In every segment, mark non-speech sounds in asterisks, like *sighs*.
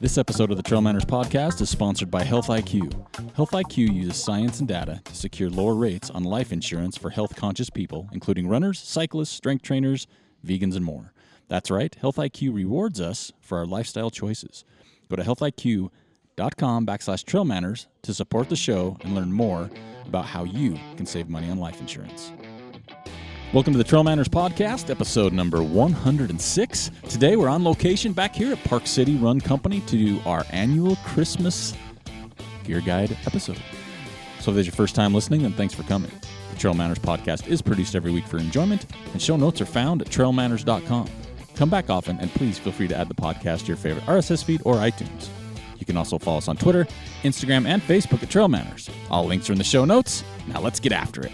This episode of the Trail Manners podcast is sponsored by Health IQ. Health IQ uses science and data to secure lower rates on life insurance for health conscious people, including runners, cyclists, strength trainers, vegans, and more. That's right, Health IQ rewards us for our lifestyle choices. Go to healthiq.com backslash trail manners to support the show and learn more about how you can save money on life insurance. Welcome to the Trail Manners Podcast, episode number 106. Today we're on location back here at Park City Run Company to do our annual Christmas Gear Guide episode. So if this is your first time listening, then thanks for coming. The Trail Manners Podcast is produced every week for enjoyment, and show notes are found at trailmanners.com. Come back often, and please feel free to add the podcast to your favorite RSS feed or iTunes. You can also follow us on Twitter, Instagram, and Facebook at Trail Manners. All links are in the show notes. Now let's get after it.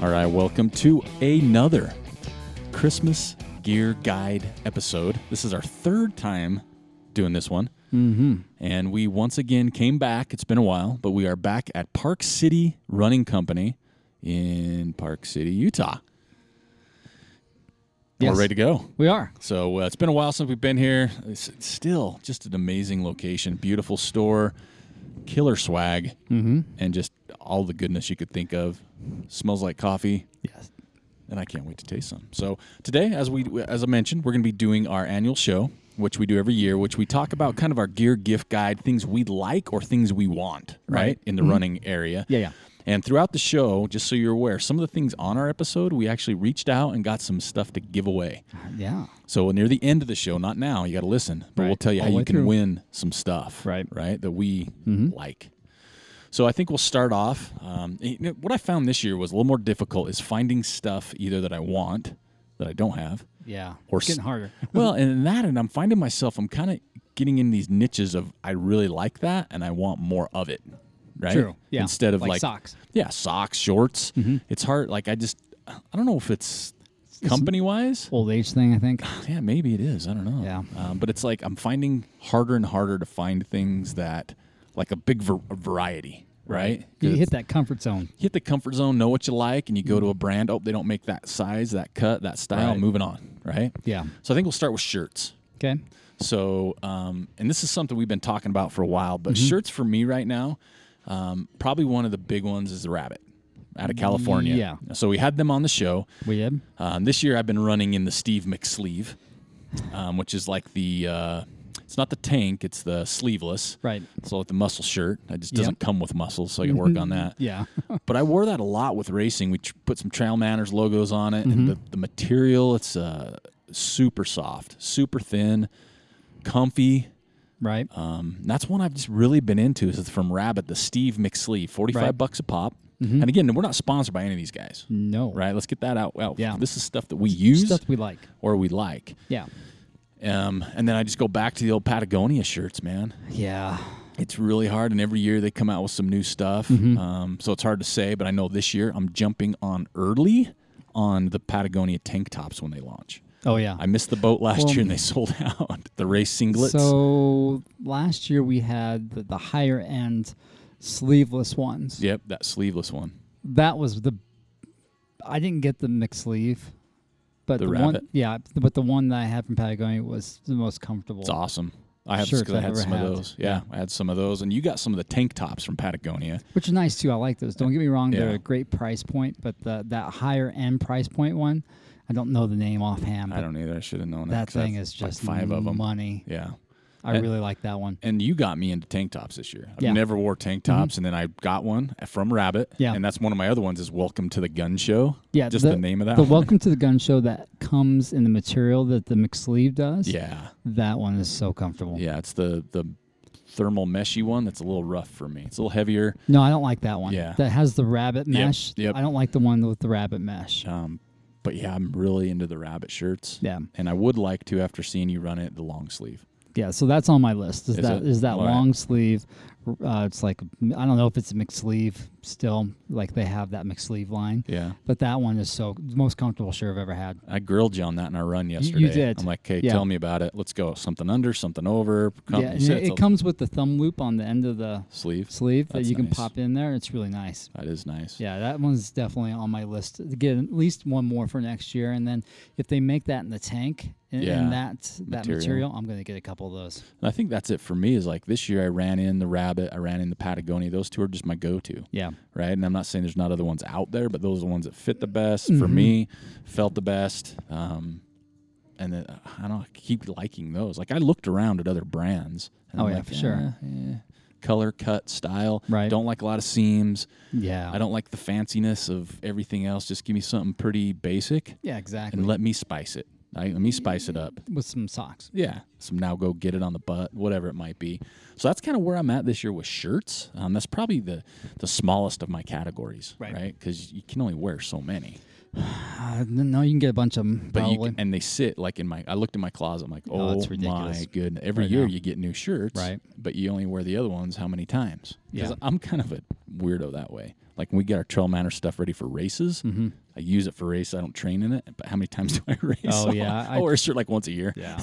All right, welcome to another Christmas Gear Guide episode. This is our third time doing this one. Mm-hmm. And we once again came back. It's been a while, but we are back at Park City Running Company in Park City, Utah. Yes. We're ready to go. We are. So uh, it's been a while since we've been here. It's it's still just an amazing location, beautiful store, killer swag, mm-hmm. and just all the goodness you could think of. Smells like coffee, Yes. and I can't wait to taste some. So today, as we as I mentioned, we're going to be doing our annual show, which we do every year, which we talk about kind of our gear gift guide, things we like or things we want, right, Right. in the running area. Yeah, yeah. And throughout the show, just so you're aware, some of the things on our episode, we actually reached out and got some stuff to give away. Yeah. So near the end of the show, not now, you got to listen, but we'll Right. tell you All how the you way can through. win some stuff, Right. Mm-hmm. Right, that we like. So I think we'll start off. Um, you know, what I found this year was a little more difficult is finding stuff either that I want that I don't have, Yeah. Or it's getting s- harder. well, and in that, and I'm finding myself, I'm kind of getting in these niches of I really like that and I want more of it, right? True. Yeah. Instead of like, Like socks. Mm-hmm. Yeah, socks, shorts. It's hard. Like I just, I don't know if it's company wise. Old age thing, *sighs* I think. Yeah, maybe it is. I don't know. Yeah. Um, but it's like I'm finding harder and harder to find things that, like a big var- variety, right? 'Cause You it's- hit that comfort zone. hit the comfort zone, know what you like, and you go to a brand. Oh, they don't make that size, that cut, that style. Mm-hmm. Right. Moving on, right? Yeah. So I think we'll start with shirts. Okay. So, um, and this is something we've been talking about for a while, but Mm-hmm. shirts for me right now, um, probably one of the big ones is the rabbit out of California. Yeah. So we had them on the show. We did. Um, this year I've been running in the Steve McSleeve, um, which is like the, uh, it's not the tank, it's the sleeveless. Right. So like the muscle shirt. It just doesn't Yep. come with muscles, so I can work on that. *laughs* Yeah. But I wore that a lot with racing. We tr- put some Trail Manners logos on it, Mm-hmm. and the, the material, it's uh, super soft, super thin, comfy. right. Um, that's one I've just really been into. Is from Rabbit, the Steve McSlee, forty-five Right. Mm-hmm. bucks a pop. And again, we're not sponsored by any of these guys, no. right? Let's get that out. Well, Yeah. this is stuff that we use Stuff we like. or we like. Yeah. Um, and then I just go back to the old Patagonia shirts, man. Yeah. It's really hard, and every year they come out with some new stuff. Mm-hmm. Um, so it's hard to say, but I know this year I'm jumping on early on the Patagonia tank tops when they launch. Oh yeah. I missed the boat last year, and they *laughs* sold out the race singlets. so last year we had the, the higher end sleeveless ones. yep, that sleeveless one. That was the I didn't get the mixed sleeve. But The the, one, rabbit? yeah, but the one that I had from Patagonia was the most comfortable. It's awesome. I have Shirts because I I've had ever some had. of those. Yeah, I had some of those, and you got some of the tank tops from Patagonia. which is nice too. I like those. Don't get me wrong; they're Yeah. a great price point, but the that higher end price point one, I don't know the name offhand. But I don't either. I should have known it, that 'cause I have thing is like just five of them. money. Yeah. I really like that one. and you got me into tank tops this year. I've Yeah. Mm-hmm. never wore tank tops, and then I got one from Rabbit. Yeah. and that's one of my other ones is Welcome to the Gun Show. Yeah, just the, name of *laughs* that. The one. Welcome to the Gun Show that comes in the material that the McSleeve does. Yeah, that one is so comfortable. yeah, it's the the thermal meshy one that's a little rough for me. It's a little heavier. No, I don't like that one. Yeah. that has the rabbit mesh. yep. I don't like the one with the rabbit mesh. Um, but yeah, I'm really into the Rabbit shirts. Yeah. and I would like to after seeing you run it the long sleeve. Yeah, so that's on my list. Is, Is that is it? that All right. long sleeve? Uh, it's like I don't know if it's a McSleeve still. Like they have that McSleeve line. Yeah. But that one is so the most comfortable shirt I've ever had. I grilled you on that in our run yesterday. did. I'm like, okay, Yeah. tell me about it. Let's go. Something under, something over. Come, yeah, you and said it, it's it a comes with the thumb loop on the end of the sleeve. sleeve that That's you can nice. pop in there. It's really nice. That is nice. Yeah, that one's definitely on my list. Again, at least one more for next year, and then if they make that in the tank and, Yeah, and that that material. material, I'm gonna get a couple of those. And I think that's it for me. Is like this year I ran in the rabbit, I ran in the Patagonia. Those two are just my go-to. Yeah, Right. And I'm not saying there's not other ones out there, but those are the ones that fit the best Mm-hmm. for me, felt the best. Um, and then, uh, I don't know, I keep liking those. Like I looked around at other brands. And Oh, I'm yeah, like, for sure. "Eh, eh." Color, cut, style. Right. Don't like a lot of seams. yeah, I don't like the fanciness of everything else. Just give me something pretty basic Yeah, exactly. and let me spice it. I, let me spice it up. With some socks. Yeah, some now go get it on the butt, whatever it might be. So that's kind of where I'm at this year with shirts. Um, that's probably the the smallest of my categories, Right. right? Because you can only wear so many. Uh, n- no, you can get a bunch of them But you probably. can, and they sit like in my. I looked in my closet. I'm like, Oh, oh, it's ridiculous my goodness! Every right year now. you get new shirts, Right. But you only wear the other ones how many times? 'Cause Yeah. I'm kind of a weirdo that way. Like when we get our trail manner stuff ready for races, Mm-hmm. I use it for race. I don't train in it, but how many times *laughs* do I race? Oh, yeah, I, I- wear a shirt like once a year. *laughs* *laughs* yeah,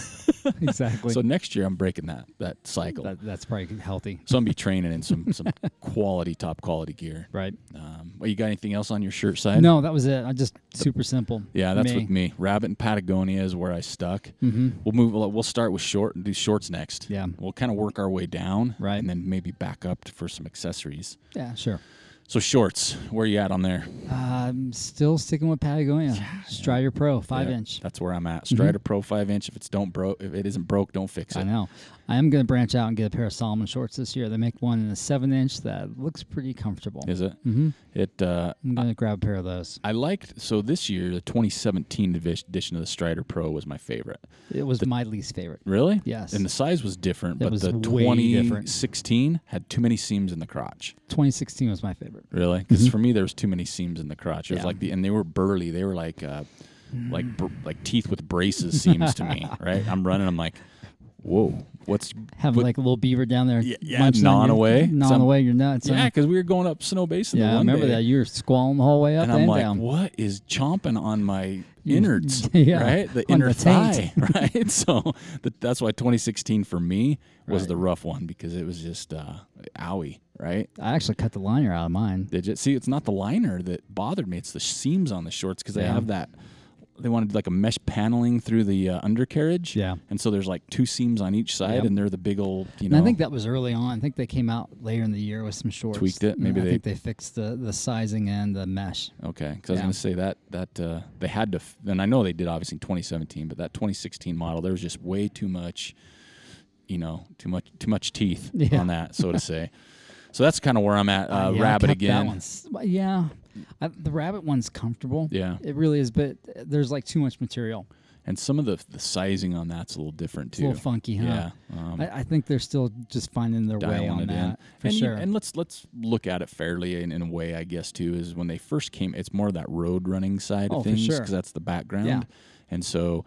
exactly. So next year I'm breaking that that cycle. that, that's probably healthy, So I'm gonna be training in some *laughs* some quality, top quality gear. right? Um, well, you got anything else on your shirt side? No, that was it. I just super simple. Yeah, that's me. with me. Rabbit and Patagonia is where I stuck. Mm-hmm. We'll move. We'll we'll start with short and do shorts next. Yeah. We'll kind of work our way down, Right. and then maybe back up for some accessories. Yeah, sure. So shorts, where you at on there? I'm still sticking with Patagonia Strider Pro five Yeah, inch. Mm-hmm. That's where I'm at. Strider Pro five inch. If it's don't bro, if it isn't broke, don't fix it. I know. I am gonna branch out and get a pair of Solomon shorts this year. They make one in a seven inch that looks pretty comfortable. Is it? Mm-hmm. It uh, I'm gonna grab a pair of those. I liked so this year the 2017 divis- edition of the Strider Pro was my favorite. It was my least favorite. Really? Yes. And the size was different, but was the way different. 2016 had too many seams in the crotch. 2016 was my favorite. Really? Because for me, there was too many seams in the crotch. It was Mm-hmm. Yeah. Mm-hmm. like the and they were burly. They were like uh, like br- like teeth with braces seems to *laughs* me. Right? I'm running. I'm like, whoa, what's Having what- like a little beaver down there, yeah, yeah, gnawing away. gnawing Some- away your nuts. huh? yeah? Because we were going up Snow Basin. the yeah. I one remember day, that. You were squalling the whole way up And and, I'm like, down. what is chomping on my *laughs* innards? Yeah, Right? The on inner the thigh. *laughs* taint. Right. So th- that's why 2016 for me was Right. the rough one because it was just uh, owie. Right. I actually cut the liner out of mine. Did you see? It's not the liner that bothered me. It's the seams on the shorts because they Yeah. have that. They wanted like a mesh paneling through the uh, undercarriage. Yeah. And so there's like two seams on each side, Yep. and they're the big old. You And know. I think that was early on. I think they came out later in the year with some shorts. Tweaked it. And Maybe I they- think they fixed the, the sizing and the mesh. Okay, because I was Yeah. gonna say that that uh, they had to, f- and I know they did obviously in 2017, but that 2016 model there was just way too much, you know, too much too much teeth *laughs* Yeah. on that, so to say. So that's kind of where I'm at. Uh, Yeah, I rabbit kept That again. one's, well, yeah. I, the rabbit one's comfortable. Yeah. It really is, but there's like too much material. and some of the, the sizing on that's a little different It's too. a little funky, huh? Yeah, um, I, I think they're still just finding their way dialing on it that. in. For and you- sure. and let's let's look at it fairly in, in a way, I guess. Too is when they first came, it's more that road running side Oh, of for things sure. that's the background. Yeah. And so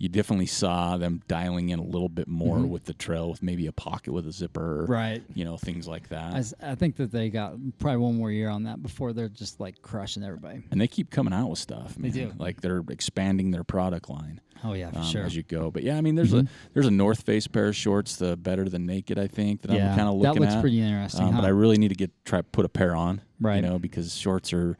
you definitely saw them dialing in a little bit more with the trail, with maybe a pocket with a zipper, Mm-hmm. Right. You know, things like that. I, s- I think that they got probably one more year on that before they're just like crushing everybody. and they keep coming out with stuff. Man. do. Like they're expanding their product line. Oh yeah, for um, sure. Mm-hmm. as you go. But yeah, I mean, there's a there's a North Face pair of shorts, the Better Than Naked, I think that Yeah, I'm kind of looking that looks at. pretty interesting, Um, But huh? I really need to get try put a pair on, You Uh-huh. Right. know, because shorts are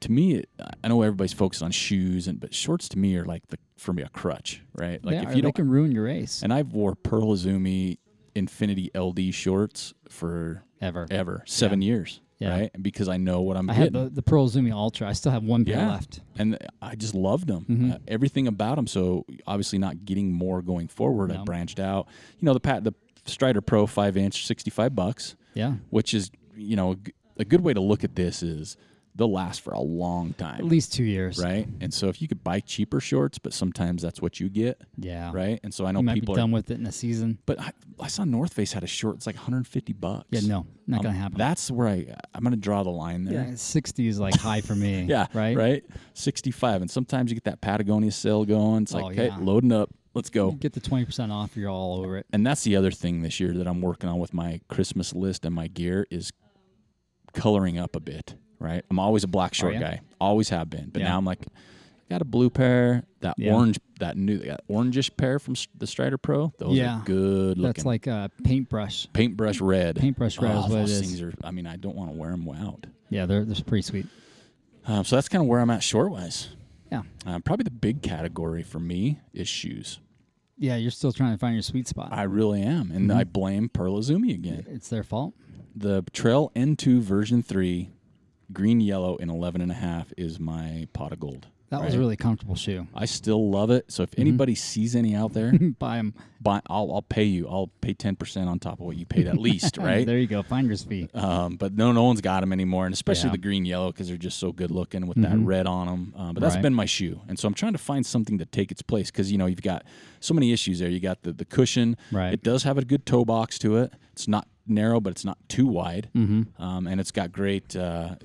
to me. It, I know everybody's focused on shoes, and but shorts to me are like the for me a crutch, right? Like They if are. you they don't, can ruin your race and I've wore Pearl Izumi Infinity LD shorts for ever. ever seven years. Yeah. right? Because I know what I'm I had getting. the, the Pearl Zumi Ultra. I still have one pair Yeah. left. Mm-hmm. and I just loved them. Uh, everything about them. So obviously, not getting more going forward. I No. branched out. You know, the pat the Strider Pro five inch, sixty five bucks. Yeah. Which is you know a g- a good way to look at this is they'll last for a long At time, least two years. right? And so if you could buy cheaper shorts, but sometimes that's what you get, Yeah. right? And so I know You might Oh, people be are. done with it in a season. But I, I saw North Face had a short. It's like 150 bucks. Um, Yeah, no, not gonna happen. That's where I I'm gonna draw the line there. yeah, sixty is like high for me. *laughs* Yeah. Right. Right. 65. And sometimes you get that Patagonia sale going. It's like, Oh, okay, yeah. loading up. Let's go. Get the twenty percent off. You're all over it. And that's the other thing this year that I'm working on with my Christmas list and my gear is coloring up a bit. Right. I'm always a black short ya? guy. Always have been. But Oh, Yeah. now I'm like, got a blue pair, that Yeah. orange, that new, that orangish pair from S- the Strider Pro. Those Yeah. are good looking. That's like a paintbrush. paintbrush red. Paintbrush red oh, is what it those is. things are. I mean, I don't want to wear them out. Yeah, they're they're pretty sweet. Um, so that's kind of where I'm at short wise. Yeah. Um, probably the big category for me is shoes. Yeah, you're still trying to find your sweet spot. I really am, and Mm-hmm. I blame Pearl Izumi again. it's their fault. The Trail N2 version three, green, yellow, and 11 and a half is my pot of gold. That was a right? really comfortable shoe. *laughs* I still love it. So if anybody sees any out there, *laughs* Buy them. buy, I'll, I'll pay you. I'll pay 10% on top of what you paid at least, right? There you go. Finder's fee. Um, but no, no one's got them anymore, and especially Yeah. Mm-hmm. the green yellow because they're just so good looking with that red on them. Uh, but that's Right. been my shoe, and so I'm trying to find something to take its place because you know you've got so many issues there. You got the the cushion, Right. It does have a good toe box to it. It's not narrow, but it's not too wide, mm-hmm. um, and it's got great uh,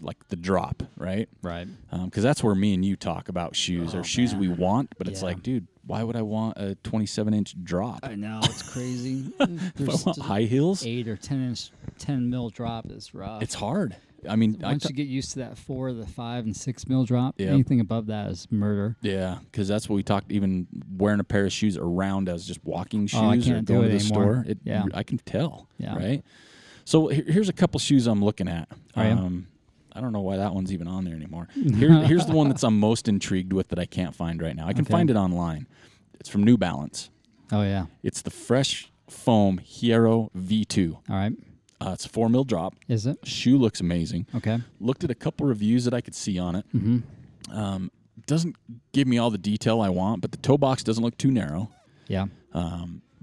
like the drop, right? Right. Oh, Because that's where me and you talk about shoes or shoes we want, but it's Yeah. like, dude, why would I want a 27 inch drop? I know it's crazy. There's *laughs* If I want high heels, eight or ten inch, ten mil drop is rough. it's hard. I mean, I once t- you get used to that four, the five and six mil drop, Yeah. anything above that is murder. Yeah, because that's what we talked. Even wearing a pair of shoes around as just walking shoes Oh, I or can't do going to it the anymore. store, it, Yeah. I can tell. Yeah. Right. So here- here's a couple shoes I'm looking at. Um, Oh, yeah? I don't know why that one's even on there anymore. *laughs* Here, here's the one that's I'm most intrigued with that I can't find right now. I can find it online. It's from New Balance. Oh yeah. It's the Fresh Foam Hero V2. All right. Uh, it's a four mil drop. Is it Shoe looks amazing okay? looked at a couple reviews that I could see on it. Um, Mm-hmm. doesn't give me all the detail I want, but the toe box doesn't look too narrow. Yeah.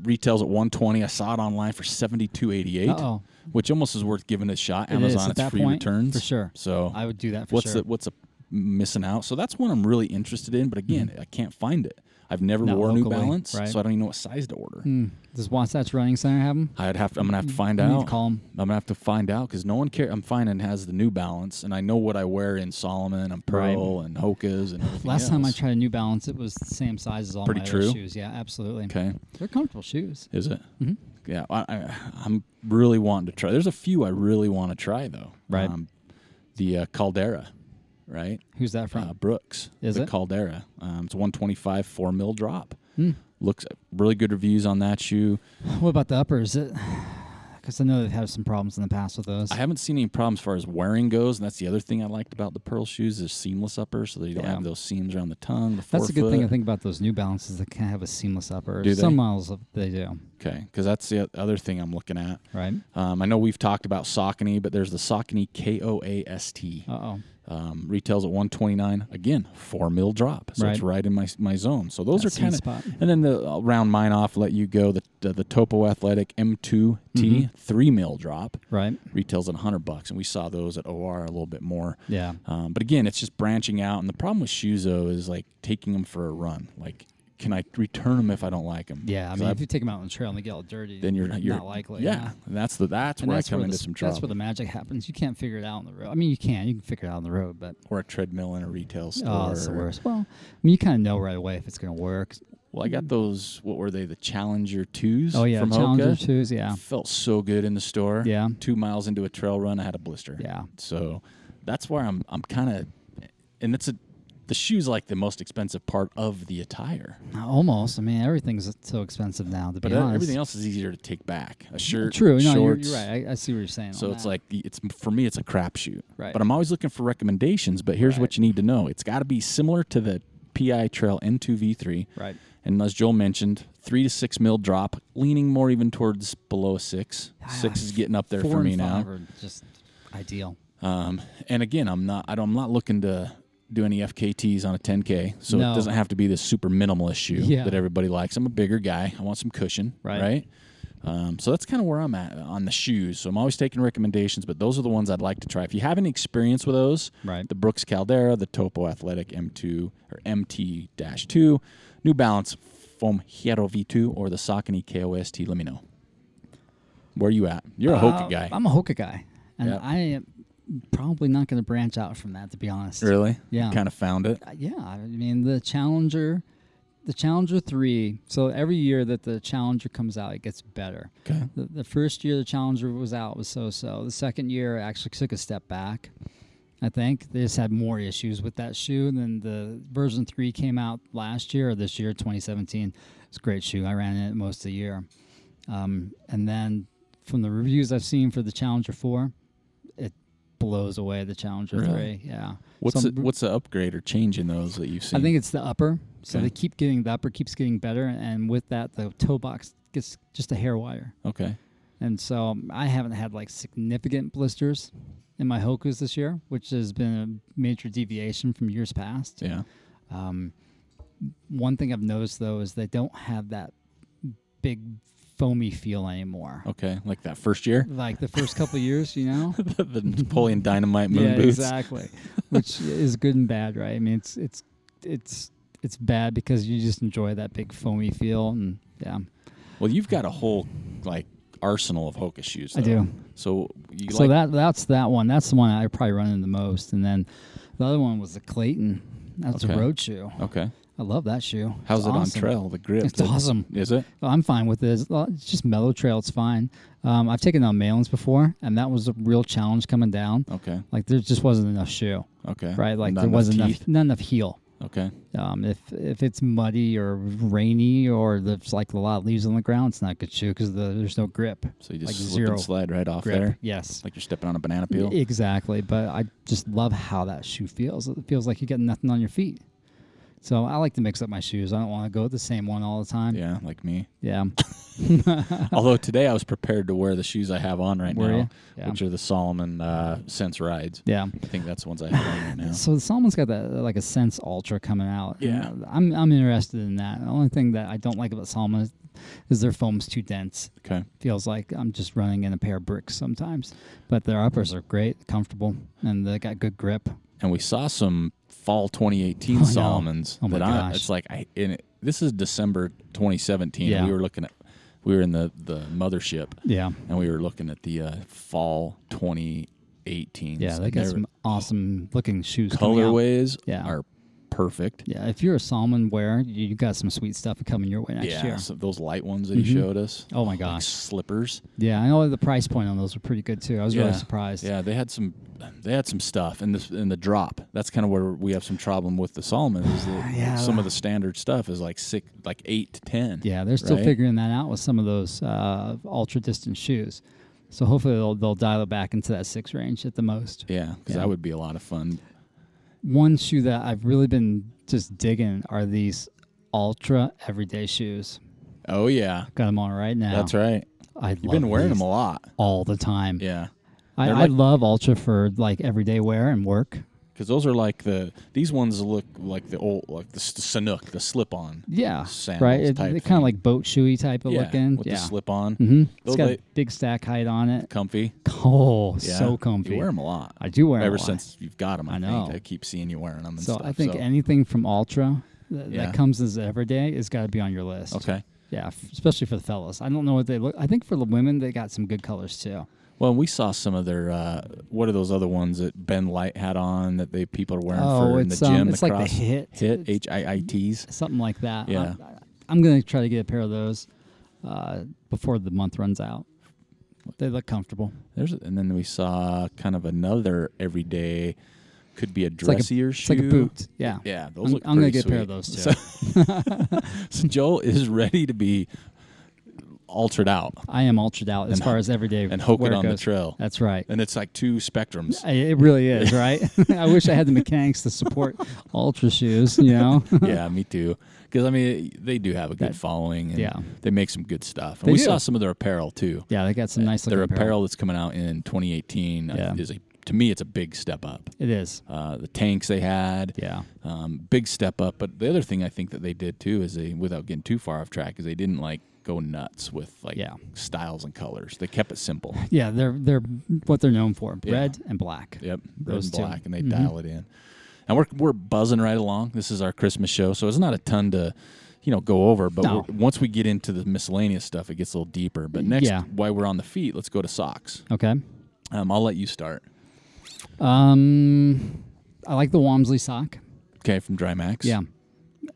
Retails at 120. I saw it online for 72.88, Uh-oh. which almost is worth giving it a shot. is Amazon, at it's that free point, returns for sure. So I would do that Oh. for what's sure. the, what's a missing out? So that's one I'm really interested in, but again, I can't find it. I've never Mm-hmm. Not worn New locally, Balance, right. Mm-hmm. so I don't even know what size to order. Does Wasatch Running Center have them? I'd have to, I'm gonna have to find You need out. to call 'em. I'm gonna have to find out because no one care. I'm finding has the New Balance, and I know what I wear in Solomon and Right. Pearl and Hoka's and everything Last time I else. tried a New Balance, it was the same size as all Pretty my true. other shoes. Yeah, absolutely. Okay, They're comfortable shoes. is it? Mm-hmm. Yeah, I, I, I'm really wanting to try. There's a few I really want to try though. Um, Right. the uh, Caldera, right? Who's that from? Uh, Brooks. Is the it? Caldera? Um, it's 125 four mil drop. Hmm. Looks really good reviews on that shoe. what about the upper? Is it? Because I know they've had some problems in the past with those. I haven't seen any problems as far as wearing goes, and that's the other thing I liked about the Pearl shoes is seamless upper, so they don't Yeah. have those seams around the tongue. The That's a good thing I forefoot. think about those New Balances. They kind of have a seamless upper. Do Some they? models of- they do, Okay, because that's the other thing I'm looking at. right? Um, I know we've talked about Saucony, but there's the Saucony K O A S T. Uh oh. Um, retails at 129. Again, four mil drop, so it's Right. right in my my zone. So those That are kind sweet spot. of. And then the, I'll round mine off. Let you go. The the, the Topo Athletic M2T Mm-hmm. three mil drop. Right. Retails at 100 bucks, and we saw those at OR a little bit more. Yeah. Um, but again, it's just branching out. And the problem with shoes, though, is like taking them for a run. Like, can I return them if I don't like them? Yeah. I mean, if you take them out on the trail and they get all dirty, then you're you're not likely. Yeah, And that's the that's And where I that's come where into the, some That's where trouble. the magic happens. You can't figure it out on the road. I mean, you can. You can figure it out on the road, but or a treadmill in a retail store. oh, that's the worst. Well, I mean, you kind of know right away if it's going to work. Well, I got those. What were they? The Challenger twos. Oh yeah, from Challenger Hoka. shoes. Yeah. Felt so good in the store. Yeah. Two miles into a trail run, I had a blister. Yeah. So that's where I'm I'm kind of, and it's a. The shoe's like the most expensive part of the attire. Almost. I mean, everything's so expensive now. To But be uh, honest. everything else is easier to take back. A shirt, True. No, you're, shorts. you're right. I, I see what you're saying. So on it's that. like it's for me, it's a crapshoot. Right. But I'm always looking for recommendations. But here's what you need to know: it's got to be similar to the PI Trail N2V3. Right. And as Joel mentioned, three to six mil drop, leaning more even towards below a six. Six is getting up there Ah, four for me and now. five are just Ideal. Um, and again, I'm not I don't, I'm not looking to do any FKTs on a 10K, so it No. doesn't have to be this super minimalist shoe Yeah. that everybody likes. I'm a bigger guy. I want some cushion, right? Right. Um, so that's kind of where I'm at on the shoes. So I'm always taking recommendations, but those are the ones I'd like to try. If you have any experience with those, Right. The Brooks Caldera, the Topo Athletic M2 or MT-2, New Balance Foam Hero V2, or the Saucony KOST. Let me know. Where you at? You're a Hoka Uh, guy. I'm a Hoka guy, and Yep. I am probably not going to branch out from that, to be honest. Really? Yeah. Kind of found it. Uh, Yeah, I mean the Challenger, the Challenger three. So every year that the Challenger comes out, it gets better. Okay. The, the first year the Challenger was out was so so. The second year actually took a step back. I think they just had more issues with that shoe. And then the version three came out last year or this year, 2017. It's a great shoe. I ran it most of the year. Um, and then from the reviews I've seen for the Challenger four, it blows away the Challenger Really? three. Yeah. What's Some- the, what's the upgrade or change in those that you've seen? I think it's the upper. So Okay. they keep getting the upper keeps getting better, and with that, the toe box gets just a hair wire. okay. And so um, I haven't had like significant blisters in my Hokus this year, which has been a major deviation from years past. Yeah. Um, one thing I've noticed though is they don't have that big foamy feel anymore. Okay. Like that first *laughs* year, *laughs* Like the first couple years, you know. the Napoleon Dynamite moon yeah, boots. exactly. Which is good and bad, right? I mean, it's it's it's it's bad because you just enjoy that big foamy feel, and yeah, Well, you've got a whole like arsenal of Hoka shoes. I though. do. So you so like that that's that one. That's the one I probably run in the most, and then the other one was the Clayton. That's Okay. a road shoe. okay? I love that shoe. How's It's it awesome. on trail? The grip. It's awesome. Is it? Oh, I'm fine with this. Well, It's just mellow trail. It's fine. Um, I've taken on mailings before, and that was a real challenge coming down. Okay. Like there just wasn't enough shoe, Okay. right? Like Not there wasn't teeth? enough, not enough heel. Okay. Um, if if it's muddy or rainy or there's like a lot of leaves on the ground, it's not a good shoe because the, there's no grip. So you just like slip zero and slide right off grip. there, Yes, like you're stepping on a banana peel. exactly. But I just love how that shoe feels. It feels like you got nothing on your feet. So I like to mix up my shoes. I don't want to go with the same one all the time. yeah, like *laughs* me. Yeah. *laughs* Although today I was prepared to wear the shoes I have on right Were now, you? Yeah. which are the Solomon uh, Sense Rides. Yeah. I think that's the ones I have on right *laughs* now. So Solomon's got that like a Sense Ultra coming out. Yeah. And I'm I'm interested in that. The only thing that I don't like about Solomon is, is their foam's too dense. Okay. feels like I'm just running in a pair of bricks sometimes. But their uppers are great, comfortable, and they got good grip. and we saw some fall 2018 *laughs* I know. Solomons. Oh my that I, gosh. it's like I in it, this is December 2017. Yeah. We were looking at we were in the the mothership Yeah. and we were looking at the uh, fall 2018. Yeah, they got some awesome looking shoes. coming out. colorways Yeah. are perfect. Yeah, if you're a Solomon wearer, you, you got some sweet stuff coming your way next year. so those light ones that he showed us. Oh my Like gosh. slippers. Yeah, I know the price point on those were pretty good too. I was really surprised. Yeah, they had some they had some stuff and this and the drop. That's kind of where we have some problem with the Solomon is that *sighs* Yeah. some of the standard stuff is like six like 8 to 10. Yeah, they're still right? figuring that out with some of those uh, ultra distance shoes. So hopefully they'll, they'll dial it back into that six range at the most. Yeah, because Yeah. that would be a lot of fun. one shoe that I've really been just digging are these ultra everyday shoes. Oh yeah, Got them on right now. that's right. I You've been wearing them a all, lot. the time. Yeah, I, They're I like- love ultra for like everyday wear and work. because those are like the these ones look like the old like the s- Sanuk, the slip on. Yeah, Sandals right. It, type kind thing. of like boat shoey type of yeah, looking. with yeah, the slip on, hmm Those it's got they- a big stack height on it. *laughs* comfy. Oh, Yeah. so comfy. You wear them a lot. I do wear 'em Ever a lot. since you've got them, I, I think. know. I keep seeing you wearing them and So stuff. I think so- anything from ultra that, Yeah. that comes as everyday has got to be on your list. okay. Yeah, f- especially for the fellas. I don't know what they look. I think for the women, they got some good colors too. Well, we saw some of their. Uh, what are those other ones that Ben Light had on that they people are wearing Oh, for in it's, the gym? um, it's the like the cross hit- hit H I I T's. something like that. Yeah. I'm, I'm gonna try to get a pair of those uh, before the month runs out. They look comfortable. There's a- and then we saw kind of another everyday could be a like a- dressier It's shoe. like a boot. Yeah. Yeah, those I'm, look I'm pretty gonna get a pair *laughs* of sweet. those too. So, so Joel is ready to be altered out I am ultra out as far as everyday and hoke wear it on the goes. trail. That's right. And it's like two spectrums. *laughs* I- It *laughs* really is, right? *laughs* I wish I had the mechanics to support ultra shoes, you *laughs* know? yeah, me too. Because I mean, they do have a good following. And yeah. they make some good stuff. And They we do. saw some of their apparel too. yeah, they got some nice looking Their apparel that's coming out in 2018 I- Yeah. is a, to me, it's a big step up. It is. Uh, the tanks they had, Yeah. um, big step up. But the other thing I think that they did too is they, without getting too far off track, is they didn't like go nuts with like Yeah. styles and colors. They kept it *laughs* simple. Yeah, they're they're what they're known for, Yeah. red and black. Yep, red Those and two. Mm-hmm. black, and they dial it in. And we're we're buzzing right along. This is our Christmas show, so it's not a ton to, you know, go over. But No. we're- once we get into the miscellaneous stuff, it gets a little deeper. But next, Yeah. while we're on the feet, let's go to socks. Okay. Um, I'll let you start. Um I like the Walmsley sock. Okay, from Drymax. Yeah.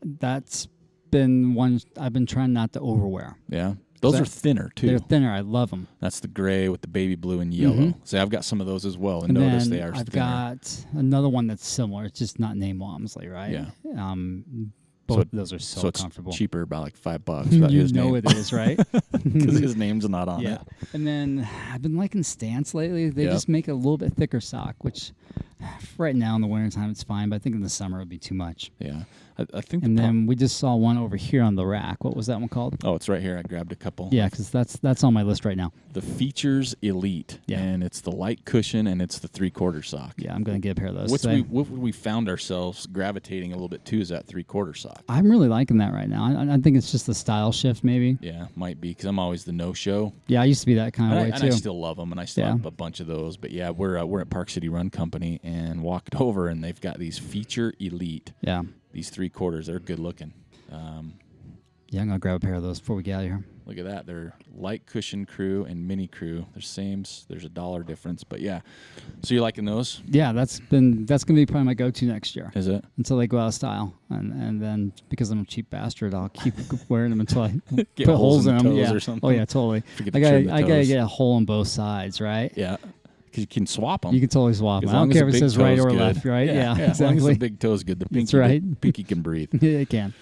That's been one I've been trying not to overwear. yeah. Those That- are thinner too. They're thinner. I love them. That's the gray with the baby blue and yellow. See, I've got some of those as well, and, Mm-hmm. And notice then they are I've thinner. got another one that's similar. It's just not named Walmsley, right? Yeah. Um, So both it- of those are so, so it's comfortable. cheaper by like *laughs* five bucks. without You his know *laughs* name it is, right? because his name's not on yeah. it. And then I've been liking Stance lately. They Yeah. just make a little bit thicker sock, which right now in the wintertime it's fine, but I think in the summer it would be too much. Yeah, I, I think. And the pro- then we just saw one over here on the rack. What was that one called? oh, it's right here. I grabbed a couple. Yeah, because that's that's on my list right now. the features elite Yeah. and it's the light cushion and it's the three quarter sock Yeah, I'm gonna get a pair of those. what's we, today. what we found ourselves gravitating a little bit to is that three quarter sock I'm really liking that right now. I, I think it's just the style shift, maybe. yeah might be because i'm always the no show Yeah, I used to be that kind and, of I, way and too. I still love them, and I still Yeah. have a bunch of those. But yeah, we're uh, we're at Park City Run Company, and walked *laughs* over, and they've got these feature elite, yeah, these three quarters. They're good looking. Um, yeah, I'm gonna grab a pair of those before we get out of here. Look at that. They're light cushion crew and mini crew. They're same. s- There's a dollar difference, but yeah. So you're liking those? Yeah, that's been that's gonna be probably my go-to next year Is it? until they go out of style, and and then because I'm a cheap bastard, *laughs* I'll keep wearing them until I Get put holes holes in in the them. toes yeah. or something. Oh yeah, totally. Forget I to trim gotta the I gotta toes. get a hole on both sides, right? Yeah, because you can swap them. You can totally swap them. as I don't long as care the if it big says right toe's or good. left, right? Yeah, As long as the exactly. big toe's good, the pinky, right. pinky can breathe. *laughs* Yeah, it can.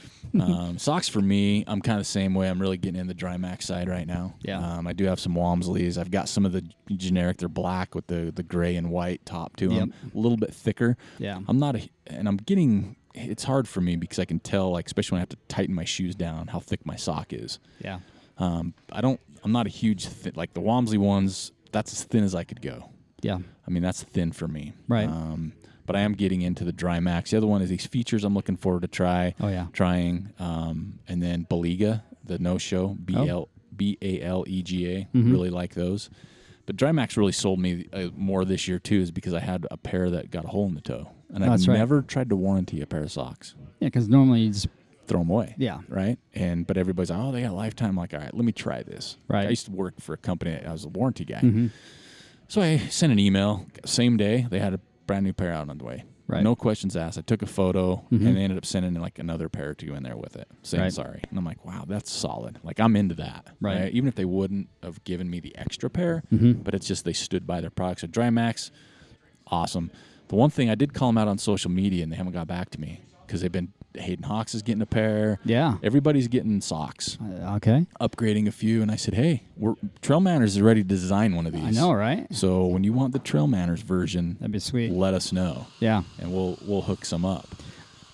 um, socks for me, I'm kind of the same way. I'm really getting in the Drymax side right now. Yeah. Um, I do have some Walmsleys. I've got some of the generic. They're black with the the gray and white top to them. A little bit thicker. Yeah. I'm not, a, and I'm getting. It's hard for me because I can tell, like especially when I have to tighten my shoes down, how thick my sock is. Yeah. Um, I don't. I'm not a huge thi- like the Walmsley ones. That's as thin as I could go. Yeah. I mean, that's thin for me. Right. Um, but I am getting into the dry max. The other one is these features I'm looking forward to try. Oh, yeah. Trying. Um, and then Baliga, the no show, B Oh. L B A L E G A. Mm-hmm. Really like those. But dry max really sold me uh, more this year too, is because I had a pair that got a hole in the toe, and I've That's right. never tried to warranty a pair of socks. Yeah, because normally you just Throw them away. Yeah. Right. And but everybody's like, oh, they got a lifetime. Like, all right, let me try this. Right. Mm-hmm. I used to work for a company. I was a warranty guy. So I sent an email same day. They had a brand new pair out on the way. Right. Mm-hmm. No questions asked. I took a photo and they ended up sending like another pair or two in there with it. Saying Right. sorry. And I'm like, wow, that's solid. Like I'm into that. Right. Mm-hmm. Even if they wouldn't have given me the extra pair, but it's just they stood by their product. So Drymax, awesome. The one thing I did call them out on social media and they haven't got back to me because they've been Hayden Hawks is getting a pair. Yeah. Everybody's getting socks, uh, okay. upgrading a few. And I said, hey, we're, Trail Manners is ready to design one of these. I know, right? So when you want the Trail Manners version, That'd be sweet. let us know. Yeah. And we'll we'll hook some up.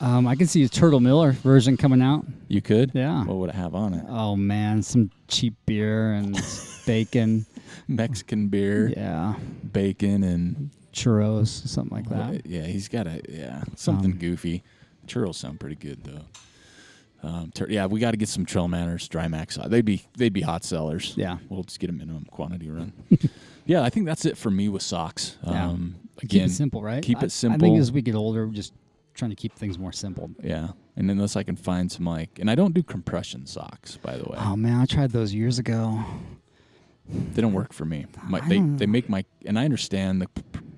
Um, I can see a Turtle Miller version coming out. You could? Yeah. What would it have on it? Oh man, some cheap beer *laughs* and bacon. Mexican beer, Yeah, bacon and churros, something like that. yeah, he's got a yeah, something Um, goofy. Churros sound pretty good though. Um, tur- yeah, we got to get some Trail Manners Dry Max. They'd be they'd be hot sellers. Yeah. we'll just get a minimum quantity *laughs* run. yeah, I think that's it for me with socks. Yeah. Um, keep again, it simple, right? Keep I- it simple. I think as we get older, we're just trying to keep things more simple. Yeah. And unless I can find some like, and I don't do compression socks, by the way. Oh man, I tried those years ago. They don't work for me. My, they they make my, and I understand the,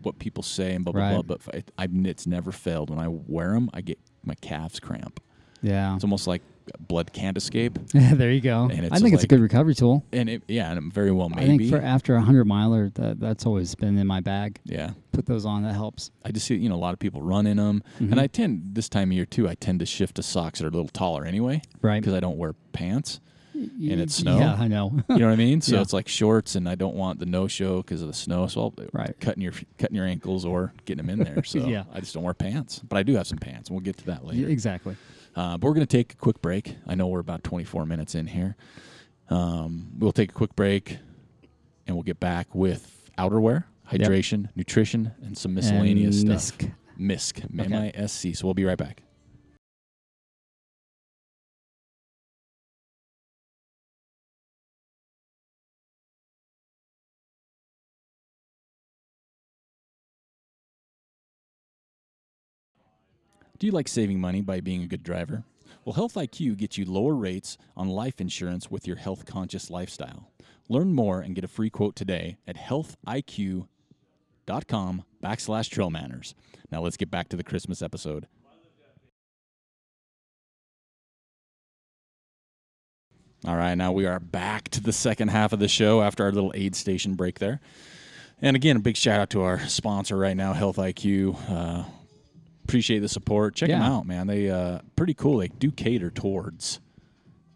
what people say and blah blah Right. blah. But I, I, it's never failed. When I wear them, I get my calves cramp. Yeah. *laughs* It's almost like blood can't escape. there you go. And it's I think it's a like- good recovery tool. And it, yeah, and very well I think maybe. for after a hundred miler, that that's always been in my bag. yeah. Put those on, that helps. I just see you know a lot of people run in them, Mm-hmm. and I tend this time of year too. I tend to shift to socks that are a little taller anyway, Right. Because I don't wear pants. and it's snow. Yeah, I know. *laughs* You know what I mean? So Yeah. it's like shorts, and I don't want the no show because of the snow. So I'll uh, Right. cutting your cutting your ankles or getting them in there. *laughs* So Yeah. I just don't wear pants, but I do have some pants. and We'll get to that Yeah, later. exactly. Uh, but we're going to take a quick break. I know we're about 24 minutes in here. Um, we'll take a quick break and we'll get back with outerwear, hydration, nutrition, and some miscellaneous And stuff. misc. MISC, M Okay. I S C. So we'll be right back. Do you like saving money by being a good driver? Well, Health IQ gets you lower rates on life insurance with your health conscious lifestyle. Learn more and get a free quote today at healthiq.com backslash trail manners. Now let's get back to the Christmas episode. All right, now we are back to the second half of the show after our little aid station break there. And again, a big shout out to our sponsor right now, Health IQ. Uh, appreciate the support. Check them Yeah. out, man. They uh, pretty cool. They do cater towards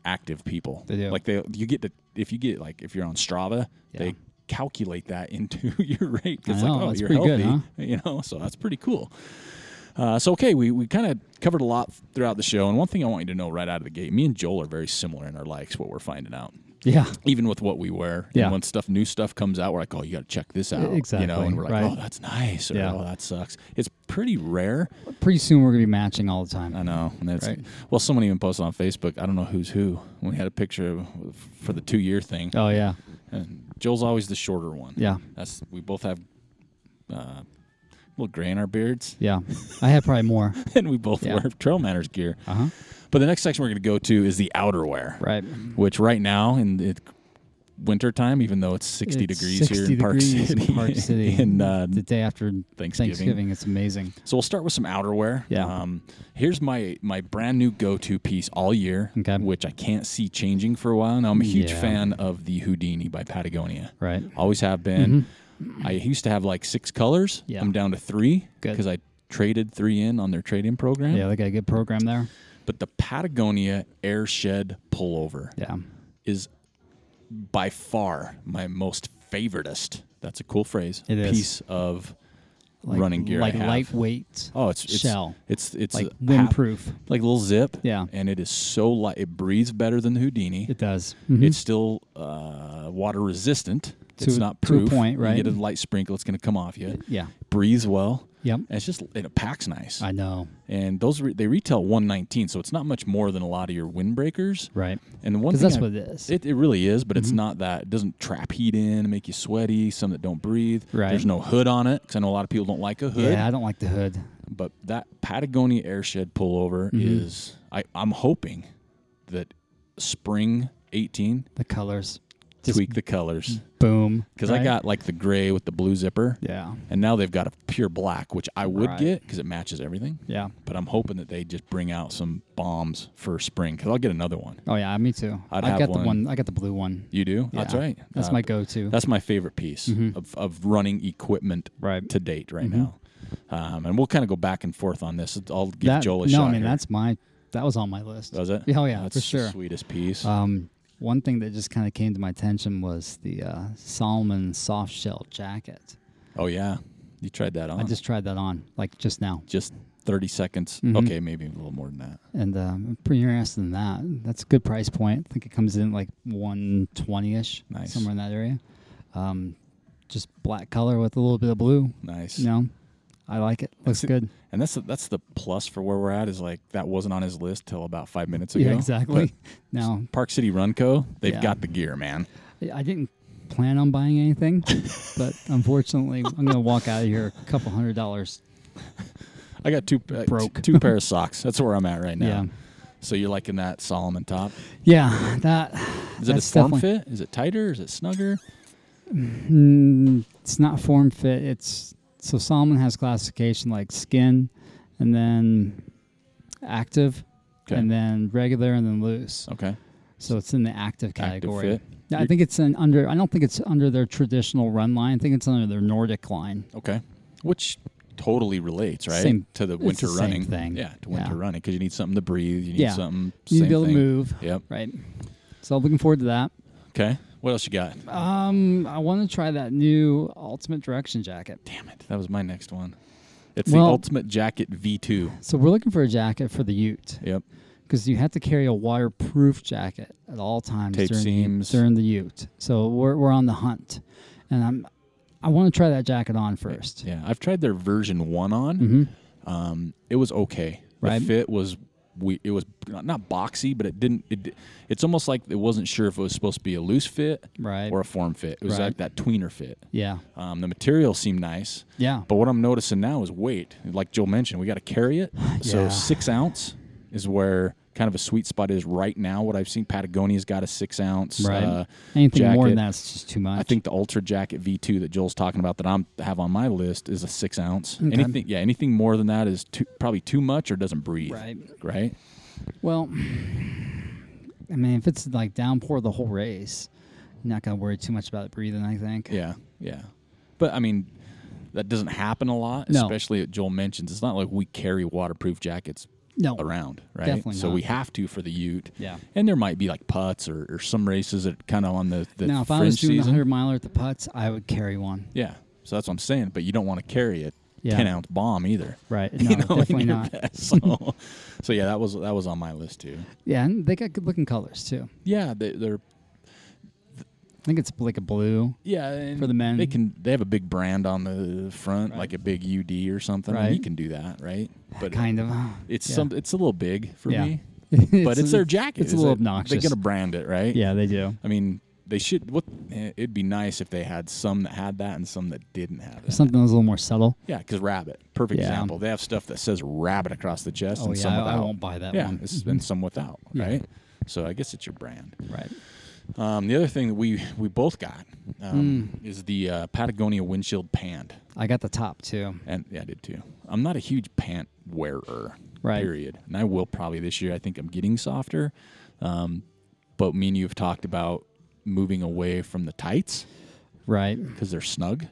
active people. They do. Like they, you get to if you get like if you're on Strava, they calculate that *laughs* into your rate. It's I like, know, oh, that's you're pretty healthy. good, huh? *laughs* You know, so that's pretty cool. Uh, so okay, we, we kind of covered a lot throughout the show, and one thing I want you to know right out of the gate, me and Joel are very similar in our likes. What we're finding out, Yeah. even with what we wear, And Yeah. E, when stuff new stuff comes out, we're like, oh, you got to check this out, You know, exactly, and we're like, right. oh, that's nice, or Yeah. oh, that sucks. It's pretty rare. Pretty soon we're gonna be matching all the time. I know. And that's, Right. Well, someone even posted on Facebook. I don't know who's who. We had a picture of- for the two year thing. Oh yeah. And Joel's always the shorter one. Yeah. That's we both have uh, a little gray in our beards, *laughs* Yeah. I had probably more. and we both Yeah. wear Trail Manners gear. Uh-huh. But the next section we're going to go to is the outerwear, Right. which right now in the winter time, even though it's sixty It's degrees here 60 in Park degrees City, In Park *laughs* City. in, uh, the day after Thanksgiving. It's amazing. so we'll start with some outerwear. Yeah. Um, here's my my brand new go to piece all year, Okay. which I can't see changing for a while. Now I'm a huge Yeah. fan of the Houdini by Patagonia. Right. Always have been. I used to have like six colors. Mm-hmm. Yeah. I'm down to three Good. because I traded three in on their trade in program. Yeah, they got a good program there. But the Patagonia Air Shed pullover Yeah. is by far my most favoritist. That's a cool phrase. It is. piece of running gear. I Like have. lightweight. Oh, it's, it's shell. It's it's like a half- windproof. like little zip. Yeah. and it is so light. It breathes better than the Houdini. It does. It's still uh, water resistant. To it's a- not to a proof. point, right? You get a light sprinkle, it's going to come off you. Yeah. Breathes well. Yep. And it's just and it packs nice. I know. and those re- they retail 119, so it's not much more than a lot of your windbreakers. Right. And the one Because thing that's I- what it is. Mm-hmm. It, it really is, but it's not that. It doesn't trap heat in and make you sweaty. Some that don't breathe. Right. There's no hood on it because I know a lot of people don't like a hood. yeah, I don't like the hood. But that Patagonia Airshed pullover Mm-hmm. is. I, I'm hoping that spring 18 The colors. Just tweak the colors boom. because I right? got like the gray with the blue zipper. Yeah. And now they've got a pure black, which I would Right. get because it matches everything. Yeah. But I'm hoping that they just bring out some bombs for spring because I'll get another one. Oh yeah, me too. I'd I have got one. the one. I got the blue one. You do? Yeah. That's right. That's Uh, my go-to. That's my favorite piece of, of running equipment Right. Mm-hmm. to date right now. Um, and we'll kind of go back and forth on this. I'll give that, Joel a no, shot. I mean here. that's my. That was on my list. Does it? Yeah, Oh yeah, That's for the sure. sweetest piece. Um, one thing that just kind of came to my attention was the uh, Solomon soft shell jacket. oh, yeah. You tried that on. I just Mm-hmm. tried that on like just now, just 30 seconds. Okay, maybe a little more than that. and um, I'm pretty interested in that. That's a good price point. I think it comes in like 120 ish, Nice. somewhere in that area. Um, just black color with a little bit of blue. Nice. You know, I like it. Looks good. And that's the, that's the plus for where we're at is like that wasn't on his list till about five minutes ago. Yeah, exactly. *laughs* Now But Park City Run Co. They've Yeah. got the gear, man. I I didn't plan on buying anything, but unfortunately, I'm gonna walk out of here a couple hundred dollars. I got two uh, Broke. two pair of socks. That's where I'm at right now. Yeah. So you're liking that Solomon top? Yeah, that Is it a that's form definitely- fit? Is it tighter? Is it snugger? Mm, it's not form fit. It's so Solomon has classification like skin, and then active, 'Kay. and then regular, and then loose. Okay. So it's in the active category. Oh. fit. Yeah, I You're- think it's in under. I don't think it's under their traditional run line. I think it's under their Nordic line. Okay. Which totally relates, right? Same- to the it's winter the same running thing. Yeah, to winter Yeah. running because you need something to breathe. You need Yeah. something. same You need to be able to thing. move. Yep. Right. So looking forward to that. Okay. What else you got? Um, I want to try that new Ultimate Direction jacket. Damn it. That was my next one. It's Well- the Ultimate Jacket V2. So we're looking for a jacket for the Ute Yep. because you have to carry a waterproof jacket at all times Tape during, seams. The, during the Ute. So we're we're on the hunt, and I'm I want to try that jacket on first. Yeah. I've tried their version one on. Um, it was okay. Mm-hmm. Right. The fit was. We, it was not, not boxy, but it didn't. It, it's almost like it wasn't sure if it was supposed to be a loose fit Right. or a form fit. It was Right. like that tweener fit. Yeah. Um, the material seemed nice. Yeah. But what I'm noticing now is weight. Like Joe mentioned, we got to carry *sighs* it. So Yeah. six ounce is where kind of a sweet spot is right now. What I've seen, Patagonia's got a six ounce. Right. Uh, Anything more than jacket. that's just too much. I think the Ultra Jacket V2 that Joel's talking about that I'm have on my list is a six ounce. Anything, yeah, anything more than that is too, probably too much or doesn't breathe. Right. Right. Well, I mean, if it's like downpour the whole race, you're not gonna worry too much about breathing. I think. Yeah. Yeah. But I mean, that doesn't happen a lot, No. especially at Joel mentions. It's not like we carry waterproof jackets No. around, right? Definitely so not. we have to for the Ute. Yeah. And there might be like putts or, or some races that kind of on the, the Now, if fringe I was doing the season. hundred miler at the putts, I would carry one. Yeah. So that's what I'm saying. But you don't want to carry a Yeah. 10 ounce bomb either. *laughs* Right. You No, know, in definitely your not. vest. So, so yeah, that was that was on my list too. Yeah, and they got good looking colors too. Yeah, they, they're I think it's like a blue. yeah and For the men. They can they have a big brand on the front, like a big UD or something. and Right. you can do that, right? But Kind of. *laughs* *laughs* it's Yeah. some it's a little big for Yeah. me. It's- But it's, their jacket. It's a Is little it- They're obnoxious. gonna brand it, right? yeah, they do. I mean, they should. What eh, it'd be nice if they had some that had that and some that didn't have that. Something that's a little more subtle. Yeah, because rabbit, perfect Yeah. example. They have stuff that says rabbit across the chest Oh and yeah, some I, I without. won't buy that yeah, one. Mm-hmm. it's- and some without, Yeah. right? So I guess it's your brand. Right. Um, the other thing that we we both got um, Hmm. is the uh, Patagonia windshield pant, I got the top too. and yeah, I did too. I'm not a huge pant wearer, Right. Period. And I will probably this year. I think I'm getting softer, um, but me and you have talked about moving away from the tights Right. because they're snug.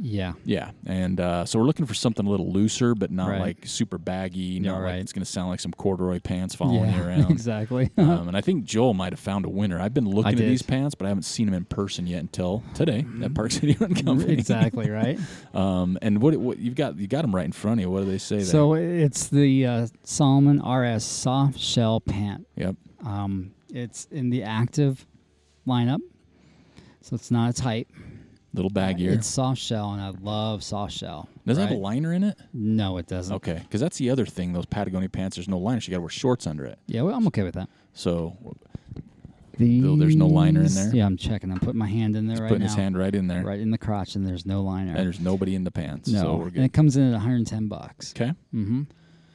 Yeah. Yeah, and uh, so we're looking for something a little looser, but not Right. like super baggy. Not like right. it's going to sound like some corduroy pants following yeah. *laughs* you around. *laughs* Exactly. *laughs* Um, and I think Joel might have found a winner. I've been looking at Uh-huh. did. Mm-hmm. these pants, but I haven't seen them in person yet until today at Park City Run *laughs* Company. exactly. *laughs* Right. Um, and what, what you've got, you got them right in front of you. What do they say? there? So uh, it's the uh, Solomon RS soft shell pant. yep, Um, it's in the active lineup, so it's not a tight. little baggier. uh, It's soft shell, and I love soft shell. Does it have a right? liner in it? No, it doesn't. Okay, because that's the other thing. Those Patagonia pants, there's no liner. So you got to wear shorts under it. Yeah, well, I'm okay with that. So Though there's no liner in These- there? Yeah, I'm checking. I'm putting my hand in there right putting now. his hand right in there, right in the crotch, and there's no liner. and there's nobody in the pants. no, so we're and good. it comes in at 110 bucks. Okay, Um,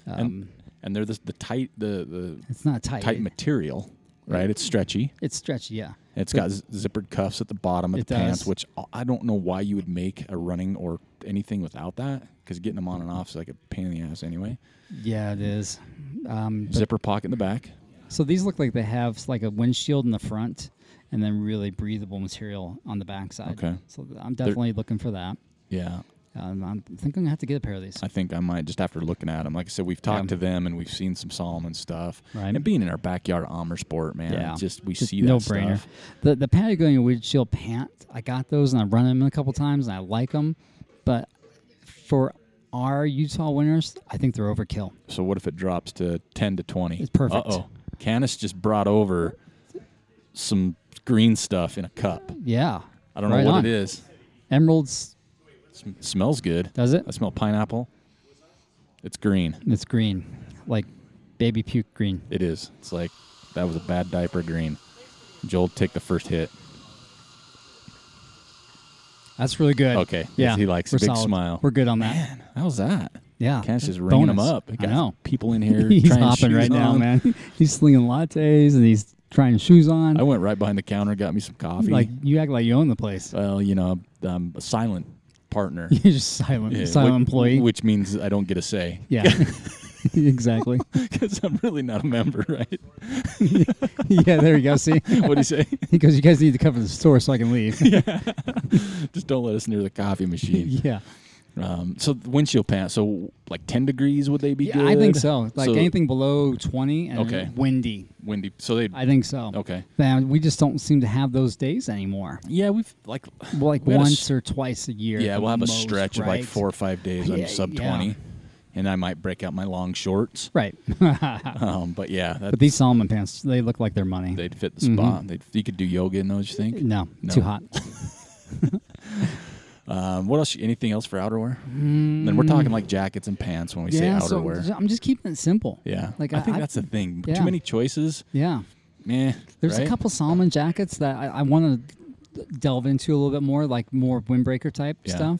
and and they're the, the tight the the it's not tight. tight It- material, right? It's stretchy. it's stretchy. Yeah. It's got z- zippered cuffs at the bottom of It the pants, does. which I- I don't know why you would make a running or anything without that, because getting them on and off is like a pain in the ass anyway. Yeah, it is. Um, but- Zipper pocket in the back. So these look like they have s- like a windshield in the front, and then really breathable material on the backside. Okay. So th- I'm definitely looking for that. Yeah, Um, I'm thinking I have to get a pair of these. I think I might just after looking at them. Like I said, we've talked Yeah. to them and we've seen some Solomon stuff, Right. and being in our backyard Amer sport, man, Yeah. it's just we see that no brainer. stuff. The the Patagonia windshield pant. I got those and I run them a couple times and I like them, but for our Utah winners, I think they're overkill. So what if it drops to ten to twenty? It's perfect. Uh oh, Canis just brought over some green stuff in a cup. Yeah. I don't Right know what on. it is. Emeralds. Sm- smells good. Does it? I smell pineapple. It's green. It's green, like baby puke green. It is. It's like that was a bad diaper green. Joel take the first hit. That's really good. Okay. Yeah. He likes a We're big solid. smile. We're good on that. *laughs* Man, how's that? Yeah, Cash is that's ringing them bonus. up. I Got know. People *laughs* in here he's trying hopping shoes right now, on. man. He's slinging lattes and he's trying shoes on. I went right behind the counter, got me some coffee. like you act like you own the place. *laughs* well, you know, I'm a silent partner. You're just silent, Yeah, silent which- employee. Which means I don't get a say. *laughs* yeah, *laughs* exactly. Because I'm really not a member, *laughs* right? *laughs* yeah, there you go. See, What do you say? *laughs* he goes. You guys need to cover the store so I can leave. Just don't let us near the coffee machine. *laughs* yeah, Um, so the windshield pan. So like ten degrees would they be Yeah, good? I think so. Like So anything below 20 and Okay. windy. windy. So they. I think so. Okay. Man, we just don't seem to have those days anymore. yeah, we've like. Well, like we had a once s- or twice a year. Yeah, at we'll the have a most, stretch of right? like four or five days. I'm Yeah, sub yeah. twenty, and I might break out my long shorts. Right. *laughs* Um, but yeah, that, but these Mm-hmm. Solomon pants, they look like they're money. they'd fit the spot. They'd, you could do yoga in those. You think? no, No. too hot. Um, what else? Anything else for outerwear? Then we're talking like jackets and pants when we Mm. yeah, say so outerwear. I'm just keeping it simple. yeah, Like I think that's the thing. yeah. Too many choices. Yeah. Eh, There's right? a couple Solomon jackets that I, I want to delve into a little bit more, like more windbreaker type Yeah. stuff,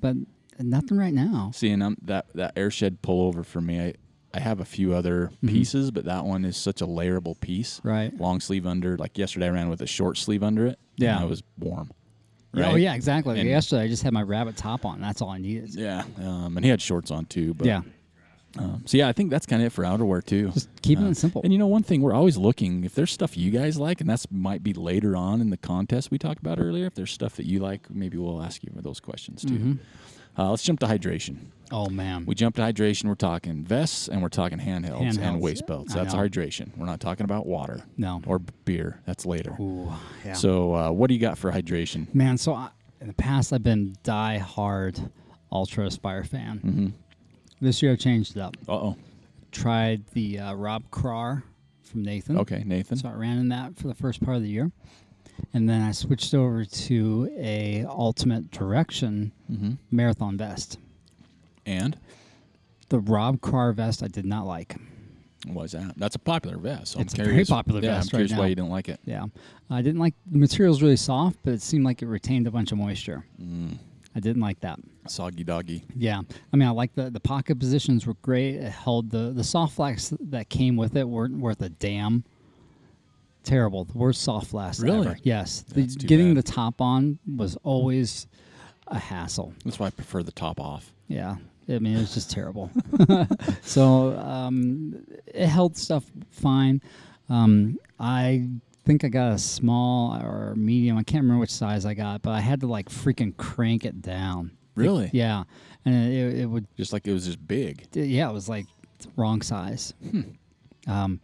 but nothing right now. Seeing um, that that airshed pullover for me, I, I have a few other pieces, but that one is such a layerable piece. Mm-hmm. Right. Long sleeve under. Like yesterday, I ran with a short sleeve under it. and Yeah. I was warm. Yeah, Oh right? yeah, exactly. And- Yesterday I just had my rabbit top on. That's all I needed. Yeah. Um, and he had shorts on too. But yeah. um, so yeah, I think that's kind of it for outerwear too. Just keeping it simple. uh, and you know, one thing we're always looking if there's stuff you guys like, and that's might be later on in the contest we talked about earlier. If there's stuff that you like, maybe we'll ask you those questions too. Mm-hmm. Uh, let's jump to hydration. oh man. We jump to hydration. We're talking vests and we're talking handhelds, Handhelds. and waist belts. I That's know. hydration. We're not talking about water. No. Or b- beer. That's later. Ooh, yeah. So, uh, what do you got for hydration? man, so I, in the past I've been die hard Ultra Aspire fan. Mm-hmm. This year I've changed it up. Uh oh. Tried the uh, Rob Crar from Nathan. Okay, Nathan. So I ran in that for the first part of the year, and then I switched over to a Ultimate Direction Mm-hmm. marathon vest. And The Rob Carr vest I did not like. what is that? That's a popular vest. So It's a I'm very curious. popular yeah, vest I'm curious right why now. you didn't like it. Yeah, I didn't like the material's really soft, but it seemed like it retained a bunch of moisture. Mm. I didn't like that. Soggy doggy. Yeah, I mean, I like the the pocket positions were great. It held the the soft flax that came with it weren't worth a damn. Terrible, the worst soft flax Really? ever. Yes, the, That's too getting bad. the top on was always a hassle. That's why I prefer the top off. Yeah, I mean, it was just terrible. *laughs* so um, it held stuff fine. Um, I think I got a small or medium. I can't remember which size I got, but I had to like freaking crank it down. Really? Yeah, and it, it would Just like it was just big. d- yeah, it was like wrong size. Um,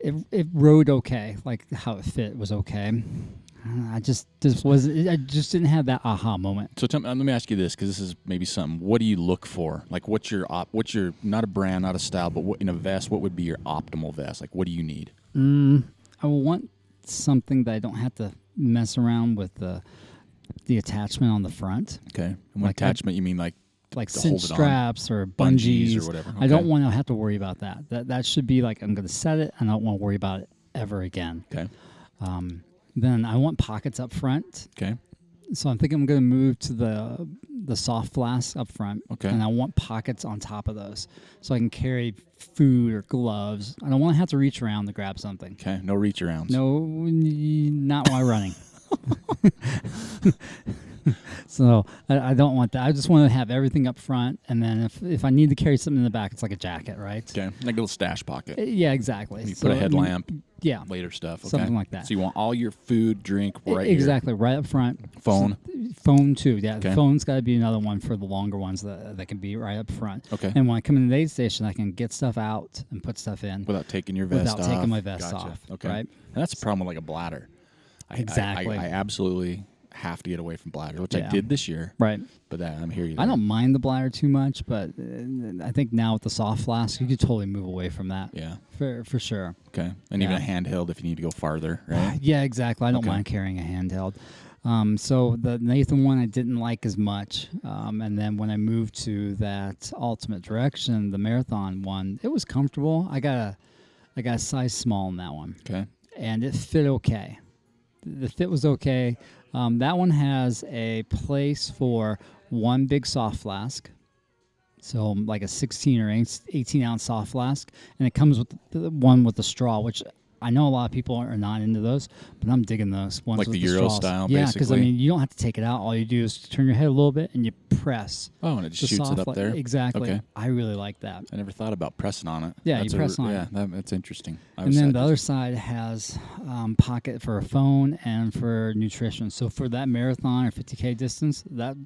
it it rode okay, like how it fit was okay. I just just was I just didn't have that aha moment. So tell me, uh, let me ask you this because this is maybe something. What do you look for? Like, what's your op? What's your not a brand, not a style, but what in a vest? What would be your optimal vest? Like, what do you need? I want something that I don't have to mess around with the the attachment on the front, Okay. And when Like, I- attachment, you mean like like To hold cinch it on. straps or Bungees bungees, or whatever, I don't okay. want to have to worry about that. That that should be like I'm going to set it and I don't want to worry about it ever again. okay, Then I want pockets up front, okay, so I'm thinking I'm going to move to the the soft flask up front, Okay. and I want pockets on top of those so I can carry food or gloves. I don't want to have to reach around to grab something. okay. No reach arounds. No, n- not while running. *laughs* so I, I don't want that. I just want to have everything up front, and then if if I need to carry something in the back, it's like a jacket, right? Okay. Like a little stash pocket. Uh, Yeah, exactly. you put So, I a mean, headlamp. yeah, Later stuff. Okay? Something like that. So you want all your food, drink, E- right? here. exactly, right up front. Phone. So, phone too. Yeah, Okay. phone's got to be another one for the longer ones that that can be right up front. Okay. And when I come in the aid station, I can get stuff out and put stuff in. Without taking your vest Without off. taking my vest Gotcha. off, Okay. right? And that's the problem with like a bladder. I- I- I- Exactly. I, absolutely have to get away from bladder, which I Yeah. did this year. right. But that, I'm here. You there. I don't mind the bladder too much, but uh, I think now with the soft flask, you could totally move away from that. Yeah. For, for sure. Okay. And even a Yeah. handheld if you need to go farther, right? Yeah, exactly. I don't Okay. mind carrying a handheld. Um, so the Nathan one I didn't like as much, um, and then when I moved to that Ultimate Direction, the marathon one, it was comfortable. I got a, I got a size small in that one, okay. and it fit okay. The fit was okay. Um, that one has a place for one big soft flask, so um, like a 16 or 18 ounce soft flask, and it comes with the one with the straw, which I know a lot of people are not into those, but I'm digging those ones Like with the Euro straws. style, Yeah, because I basically? mean you don't have to take it out. All you do is turn your head a little bit and you press. Oh, and it just the shoots it soft up fla- there? Exactly. Okay. I really like that. I never thought about pressing on it. Yeah, you That's a- press on Yeah, it. that, that's interesting. I And was then sad the to- other side has um, pocket for a phone and for nutrition. So for that marathon or 50k distance, that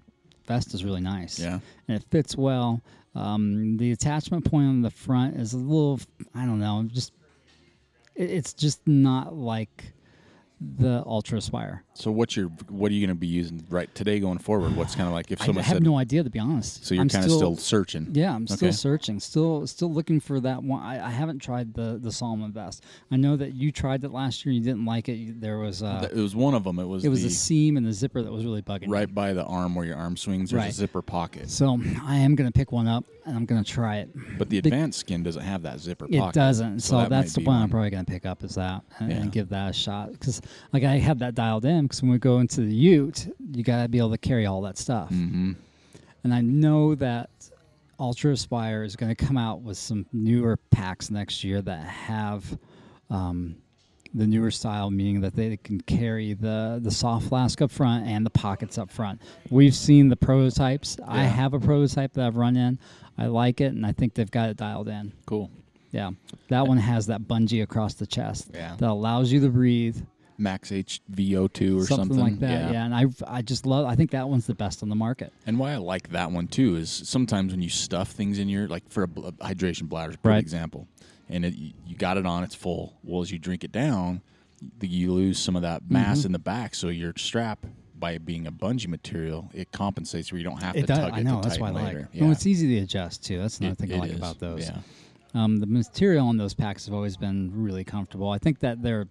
Vesta's really nice. Yeah. And it fits well. Um, the attachment point on the front is a little, I don't know, just it, it's just not like the Ultra Aspire. So what's your what are you going to be using right today going forward? What's kind of like if I, I someone have said no idea to be honest. so you're I'm kind of still, searching. Yeah, I'm still Okay. searching, still still looking for that one. I, I haven't tried the the Solomon vest. I know that you tried it last year. You didn't like it. You- There was a, It was one of them. It was it was the a seam and the zipper that was really bugging. me. right by the arm where your arm swings. There's a Right. zipper pocket, So I am gonna pick one up and I'm gonna try it. but the advanced skin doesn't have that zipper It pocket. doesn't. So, that might that's the be one I'm probably gonna pick up is that and, Yeah. and give that a shot because like I have that dialed in because when we go into the Ute, you gotta be able to carry all that stuff. Mm-hmm. And I know that Ultra Aspire is gonna come out with some newer packs next year that have. Um, the newer style, meaning that they can carry the, the soft flask up front and the pockets up front. We've seen the prototypes. I Yeah. have a prototype that I've run in. I like it, and I think they've got it dialed in. cool. Yeah, that one has that bungee across the chest Yeah. that allows you to breathe, Max HVO2 or something, something, like that. Yeah. and I I just love. I think that one's the best on the market. And why I like that one too is sometimes when you stuff things in your like for a, bl- a hydration bladder, is a perfect Right. example, and it, you you got it on, it's full. Well, as you drink it down, the, you lose some of that mass Mm-hmm. in the back, so your strap by it being a bungee material, it compensates where you don't have to tug it I know to that's why I tighten like. later. it. No, it's easy to adjust too. That's another It- thing I it like is, about those. yeah. Um, the material on those packs have always been really comfortable. I think that they're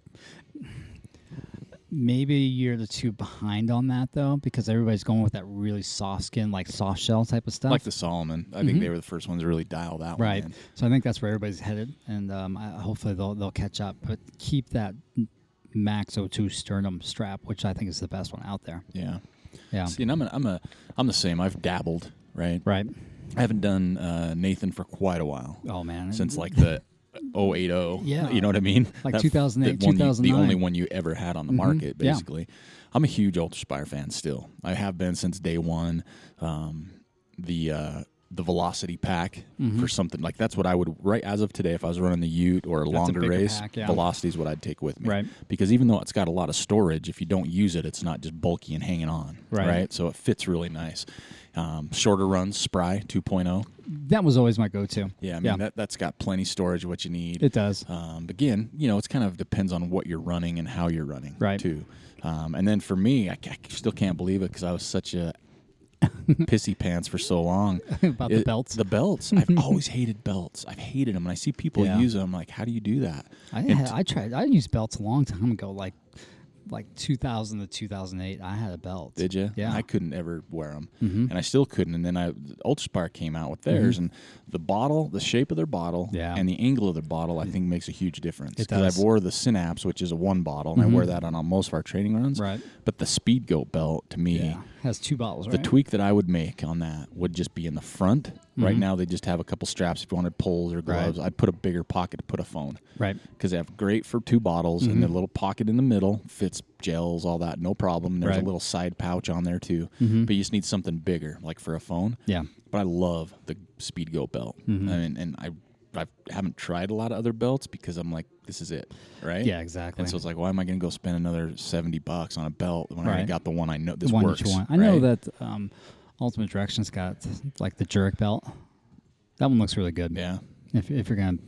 maybe a year to two behind on that though, because everybody's going with that really soft skin, like soft shell type of stuff. like the Solomon. I think they were the first ones to really dial that Mm-hmm. Right. one. in. So I think that's where everybody's headed, and um, I, hopefully they'll they'll catch up. But keep that Max O2 sternum strap, which I think is the best one out there. Yeah. Yeah. See, and I'm a, I'm a I'm the same. I've dabbled, right? Right. I haven't done uh, Nathan for quite a while. Oh man. since like the 080. Yeah. You know what I mean? Like That- 2008, that one you- the 2009. only one you ever had on the market, Mm-hmm. Yeah. basically. I'm a huge Ultraspire fan still. I have been since day one. Um, the uh, the Velocity Pack Mm-hmm. for something like that's what I would right as of today if I was running the Ute or a longer bigger race. pack, yeah. Velocity is what I'd take with me, Right. Because even though it's got a lot of storage, if you don't use it, it's not just bulky and hanging on, Right. So it fits really nice. Um, shorter runs, Spry oh. 2.0. that was always my go-to. Yeah, I mean that that's got plenty storage of what you need. It does. Um, again, you know, it's kind of depends on what you're running and how you're running, Right. Too. Um, and then for me, I, ca- I still can't believe it because I was such *laughs* a pissy pants for so long About the belts? The belts. I've always hated belts. I've hated them, and I see people Yeah. use them. I'm like, how do you do that? I And had, I tried. I used belts a long time ago, like like 2000 to 2008. I had a belt. Did you? Yeah. Mm-hmm. I couldn't ever wear them, and I still couldn't. And then I Ultraspire came out with theirs, and the bottle, the shape of their bottle, Yeah. and the angle of their bottle, I think makes a huge difference. It 'Cause does. Mm-hmm. I wore the Synapse, which is a one bottle, and I wear that on, on most of our training runs. Right. But the Speed Goat belt, to me, yeah. Has two bottles. the right? tweak that I would make on that would just be in the front. Mm-hmm. Right now, they just have a couple straps. If you wanted poles or gloves, I'd put a bigger pocket to put a phone Right. because they have great for two bottles and Mm-hmm. the little pocket in the middle fits gels, all that, no problem. There's a Right. Mm-hmm. little side pouch on there too, but you just need something bigger, like for a phone. Yeah. Mm-hmm. But I love the Speed Go belt. I mean, and I, I haven't tried a lot of other belts because I'm like, this is it, right? Yeah, exactly. And so it's like, why am I going to go spend another seventy bucks on a belt when I already Right. got the one I know this one works? each one. I know right? that um, Ultimate Direction's got like the jerk belt. That one looks really good. Yeah. If, if you're gonna,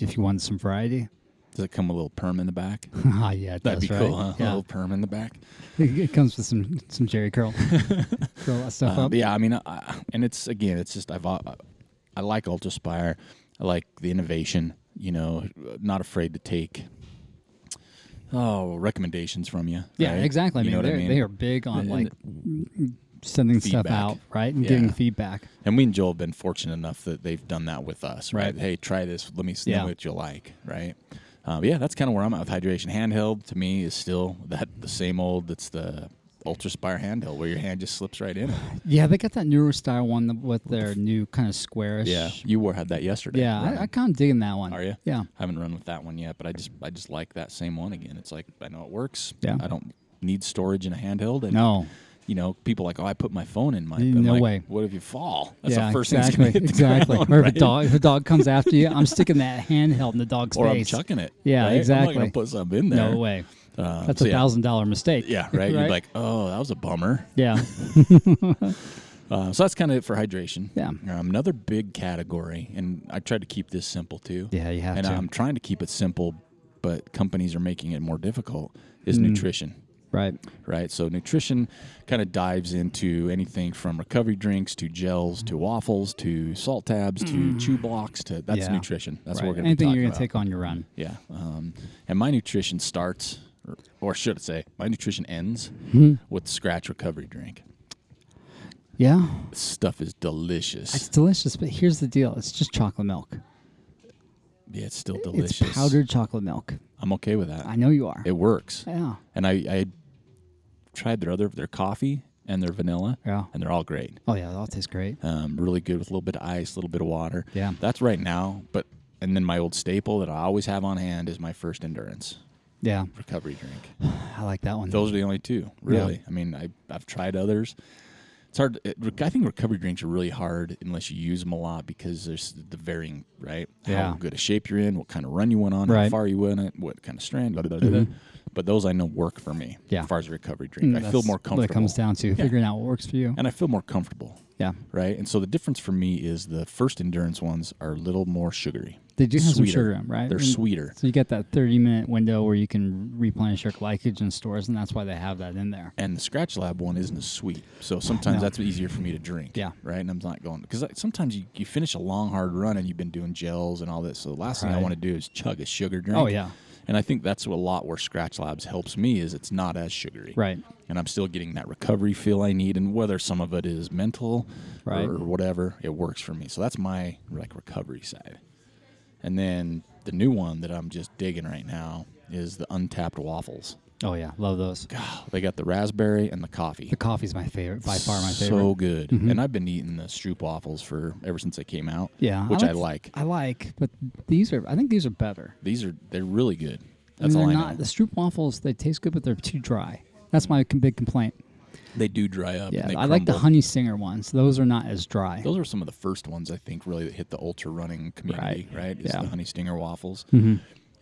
if you want some variety, *laughs* Does it come with a little perm in the back? ah, yeah, it That'd does, be right? cool. Huh? A Yeah, little perm in the back. it, it comes with some some Jerry *laughs* curl, curl that stuff Um, up. yeah, I mean, I, and it's again, it's just I've al- I like Ultraspire, I like the innovation. You know, not afraid to take oh recommendations from you. Yeah, right? exactly. I You mean, know what they're, I mean? they are big on And- like sending Feedback. stuff out, right, and Yeah. getting feedback. And we and Joel have been fortunate enough that they've done that with us, right? Right. Hey, try this. Let me see Yeah. what you like, right? Um, yeah, that's kind of where I'm at with hydration. Handheld to me is still that the same old. That's the Ultraspire handheld where your hand just slips right *sighs* in. it. Yeah, they got that newer style one th- with their new kind of squarish. Yeah, you wore had that yesterday. yeah, running. I, I kind of digging that one. Are you? Yeah, I haven't run with that one yet, but I just I just like that same one again. It's like I know it works. Yeah. I don't need storage in a handheld. And No. you know, people like, oh, I put my phone in my. Mm, but I'm no like, way. What if you fall? That's yeah, the first exactly, thing that's gonna hit the exactly. ground, or if right? a dog, if a dog comes after you, I'm sticking that *laughs* handheld in the dog's Or face. I'm chucking it. Yeah, right? I'm not exactly. gonna put something in there. No way. Um, That's so a yeah. thousand dollar mistake. Yeah, right. You're like, oh, that was a bummer. yeah, *laughs* Uh, so that's kind of it for hydration. Yeah. Um, another big category, and I tried to keep this simple too. Yeah, you have and to. I'm trying to keep it simple, but companies are making it more difficult. Mm. Is nutrition, right. right? So nutrition kind of dives into anything from recovery drinks to gels to waffles to salt tabs to chew blocks to that's Yeah. nutrition. That's what we're Mm. right. going to Anything talking you're gonna about. take on your run. Yeah. Um, and my nutrition starts, or, or should I say, my nutrition ends Hmm. with scratch recovery drink. Yeah, This stuff is delicious. it's delicious. But here's the deal: it's just chocolate milk. yeah, it's still delicious. It's powdered chocolate milk. I'm okay with that. I know you are. It works. yeah. And I, I tried their other, their coffee and their vanilla. Yeah. And they're all great. Oh yeah, that all tastes great. Um, really good with a little bit of ice, a little bit of water. Yeah. That's right now. But, and then my old staple that I always have on hand is my first endurance Yeah, recovery drink. I like that one. Those are the only two, really. I mean, I, I've tried others. It's hard. It, rec- I think recovery drinks are really hard unless you use them a lot because there's the varying, right? How Yeah. good a shape you're in, what kind of run you went on, how Right. Mm-hmm. far you went, it, what kind of strand, blah, blah, blah, blah. But those I know work for me Yeah. as far as a recovery drink. Mm, I feel that's more What it comfortable. comes down to figuring out what works for you. and I feel more comfortable, Yeah, right? And so the difference for me is the first endurance ones are a little more sugary. they do have some sweeter. sugar in 'em, right? They're And sweeter. So you get that 30 minute window where you can replenish your glycogen stores, and that's why they have that in there. and the scratch lab one isn't as sweet so sometimes No. that's easier for me to drink Yeah. right and i'm not going because sometimes you, you finish a long hard run and you've been doing gels and all this so the last thing i Right. want to do is chug a sugar drink Oh, yeah. and i think that's what a lot where scratch labs helps me is it's not as sugary Right. and i'm still getting that recovery feel i need and whether some of it is mental Right. or whatever it works for me so that's my like recovery side and then the new one that i'm just digging right now is the untapped waffles Oh yeah, love those. they got the raspberry and the coffee The coffee's my favorite, by far my favorite. Mm-hmm. so good. And I've been eating the Stroop waffles for ever since they came out. yeah, which I like. I like, but these are. I think these are better. These are they're really good. I That's mean, all I they're not, know. The Stroop waffles they taste good, but they're too dry. That's my com- big complaint. They do dry up. Yeah, and they I like the crumble. Honey Singer ones. Those are not as dry. Those are some of the first ones I think really that hit the ultra running community, right? Right. Is Yeah. the Honey Stinger waffles. Mm-hmm.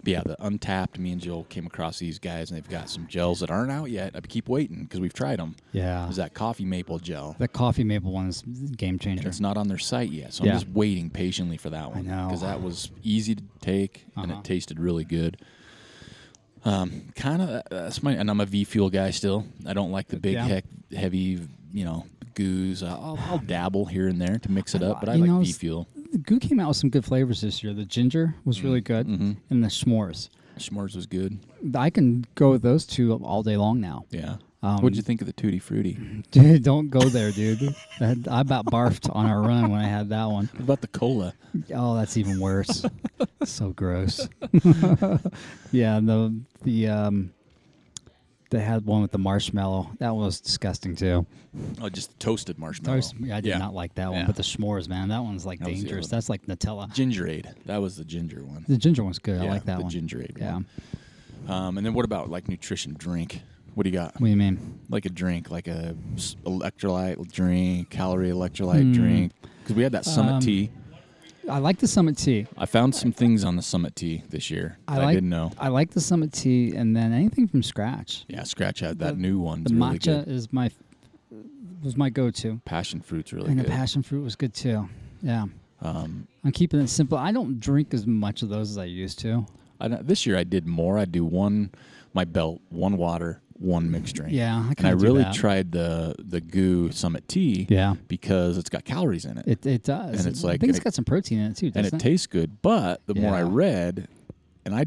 But yeah, the Untapped. Me and Jill came across these guys, and they've got some gels that aren't out yet. I keep waiting because we've tried them. Yeah. Is that coffee maple gel? the coffee maple one is game changer. It's not on their site yet, so Yeah. I'm just waiting patiently for that one. know. because that was easy to take and Uh-huh. it tasted really good. Um, kind of that's my and I'm a V fuel guy still. I don't like the big Yeah. heck heavy, you know, goos. I'll, I'll dabble here and there to mix it up, but I You like know, V s- fuel. The Goo came out with some good flavors this year. The ginger Mm-hmm. was really good, and the s'mores. S'mores was good. I can go with those two all day long now. *laughs* Yeah. Um, What'd you think of the tutti *clears throat* frutti? Dude, don't go *laughs* there, dude. That- I about barfed on our run when I had that one. What about the cola? Oh, that's even *laughs* worse. so gross. *laughs* yeah, the the um, they had one with the marshmallow. That one was disgusting too. Oh, just toasted marshmallow. Toast- I did not like that one, Yeah. but the s'mores, man, that one's like That was the dangerous. other one. That's like Nutella. Gingerade. That was the ginger one. The ginger one's good. I Yeah, like that the one. gingerade Yeah. one. Um, and then what about like nutrition drink? What do you got? What do you mean? like a drink, like a s- electrolyte drink, calorie electrolyte drink. 'Cause drink. Because we had that Summit Hmm. Um, tea. I like the Summit Tea. I found some things on the Summit tea this year that I, like, didn't know. I like the Summit Tea, and then anything from scratch. yeah, scratch out that new one. The really matcha good. is my was my go-to. passion fruit's really and good. Um, the passion fruit was good too. Yeah. I'm keeping it simple. I don't drink as much of those as I used to. I don't- this year I did more. I do one, my belt, one water, one mixed drink. Yeah, I and I kinda do really that. tried the the goo Summit tea. Yeah. because it's got calories in it. It, it does. And it's I like- think it's and it- got some protein in it too. and doesn't it tastes good. But the more I Yeah. read, and I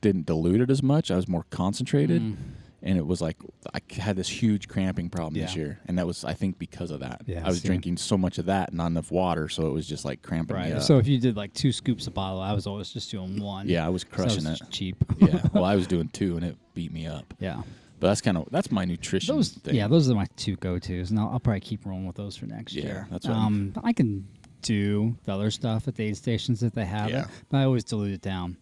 didn't dilute it as much. I was more concentrated, Mm. and it was like I c- had this huge cramping problem this Yeah. year, and that was I think because of that. Yeah, I was see. drinking so much of that, and not enough water, so it was just like cramping me right. up. So if you did like two scoops a bottle, I was always just doing one. yeah, I was So that crushing was it. Cheap. *laughs* yeah, well, I was doing two, and it beat me up. *laughs* yeah. But that's kind of that's my nutrition Those thing. yeah, those are my two go-tos, and I'll, I'll probably keep rolling with those for next Yeah, year. that's what I'm- um, I can do the other stuff at the aid stations if they have Yeah. it, but I always dilute it down.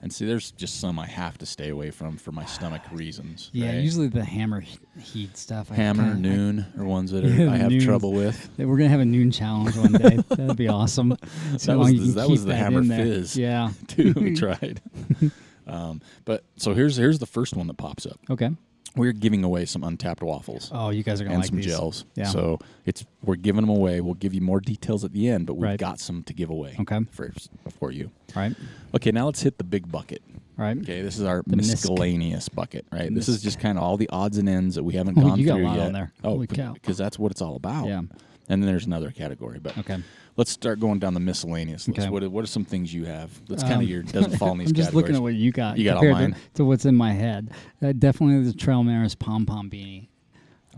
And see, there's just some I have to stay away from for my stomach reasons. *sighs* Yeah, right? usually the hammer he- heat stuff. I hammer kinda- I- noon are ones that are, *laughs* Yeah, I have noons. trouble with. that We're gonna have a noon challenge *laughs* one day. That'd be awesome. So That long was you the- can that was keep the hammer in there. fizz. Yeah. *laughs* Dude, Mm-hmm. we tried. *laughs* um, but so here's here's the first one that pops up. Okay. We're giving away some untapped waffles. Oh, you guys are gonna and like some these. gels. Yeah. So it's we're giving them away. We'll give you more details at the end, but we've Right. got some to give away. Okay. For for you. right. Okay, now let's hit the big bucket. Right. Okay, this is our misc. miscellaneous bucket, right? This is just kind of all the odds and ends that we haven't Oh, gone you got a through lot yet. on there. Oh, Holy cow. because that's what it's all about. Yeah. And then there's another category, but Okay. let's start going down the miscellaneous list. Okay. Um, What are, what are some things you have that's kind of your doesn't *laughs* fall in these I'm just categories? looking at what you got. You got all compared to- mine? To, what's in my head. Uh, definitely the Trail Maris pom pom beanie.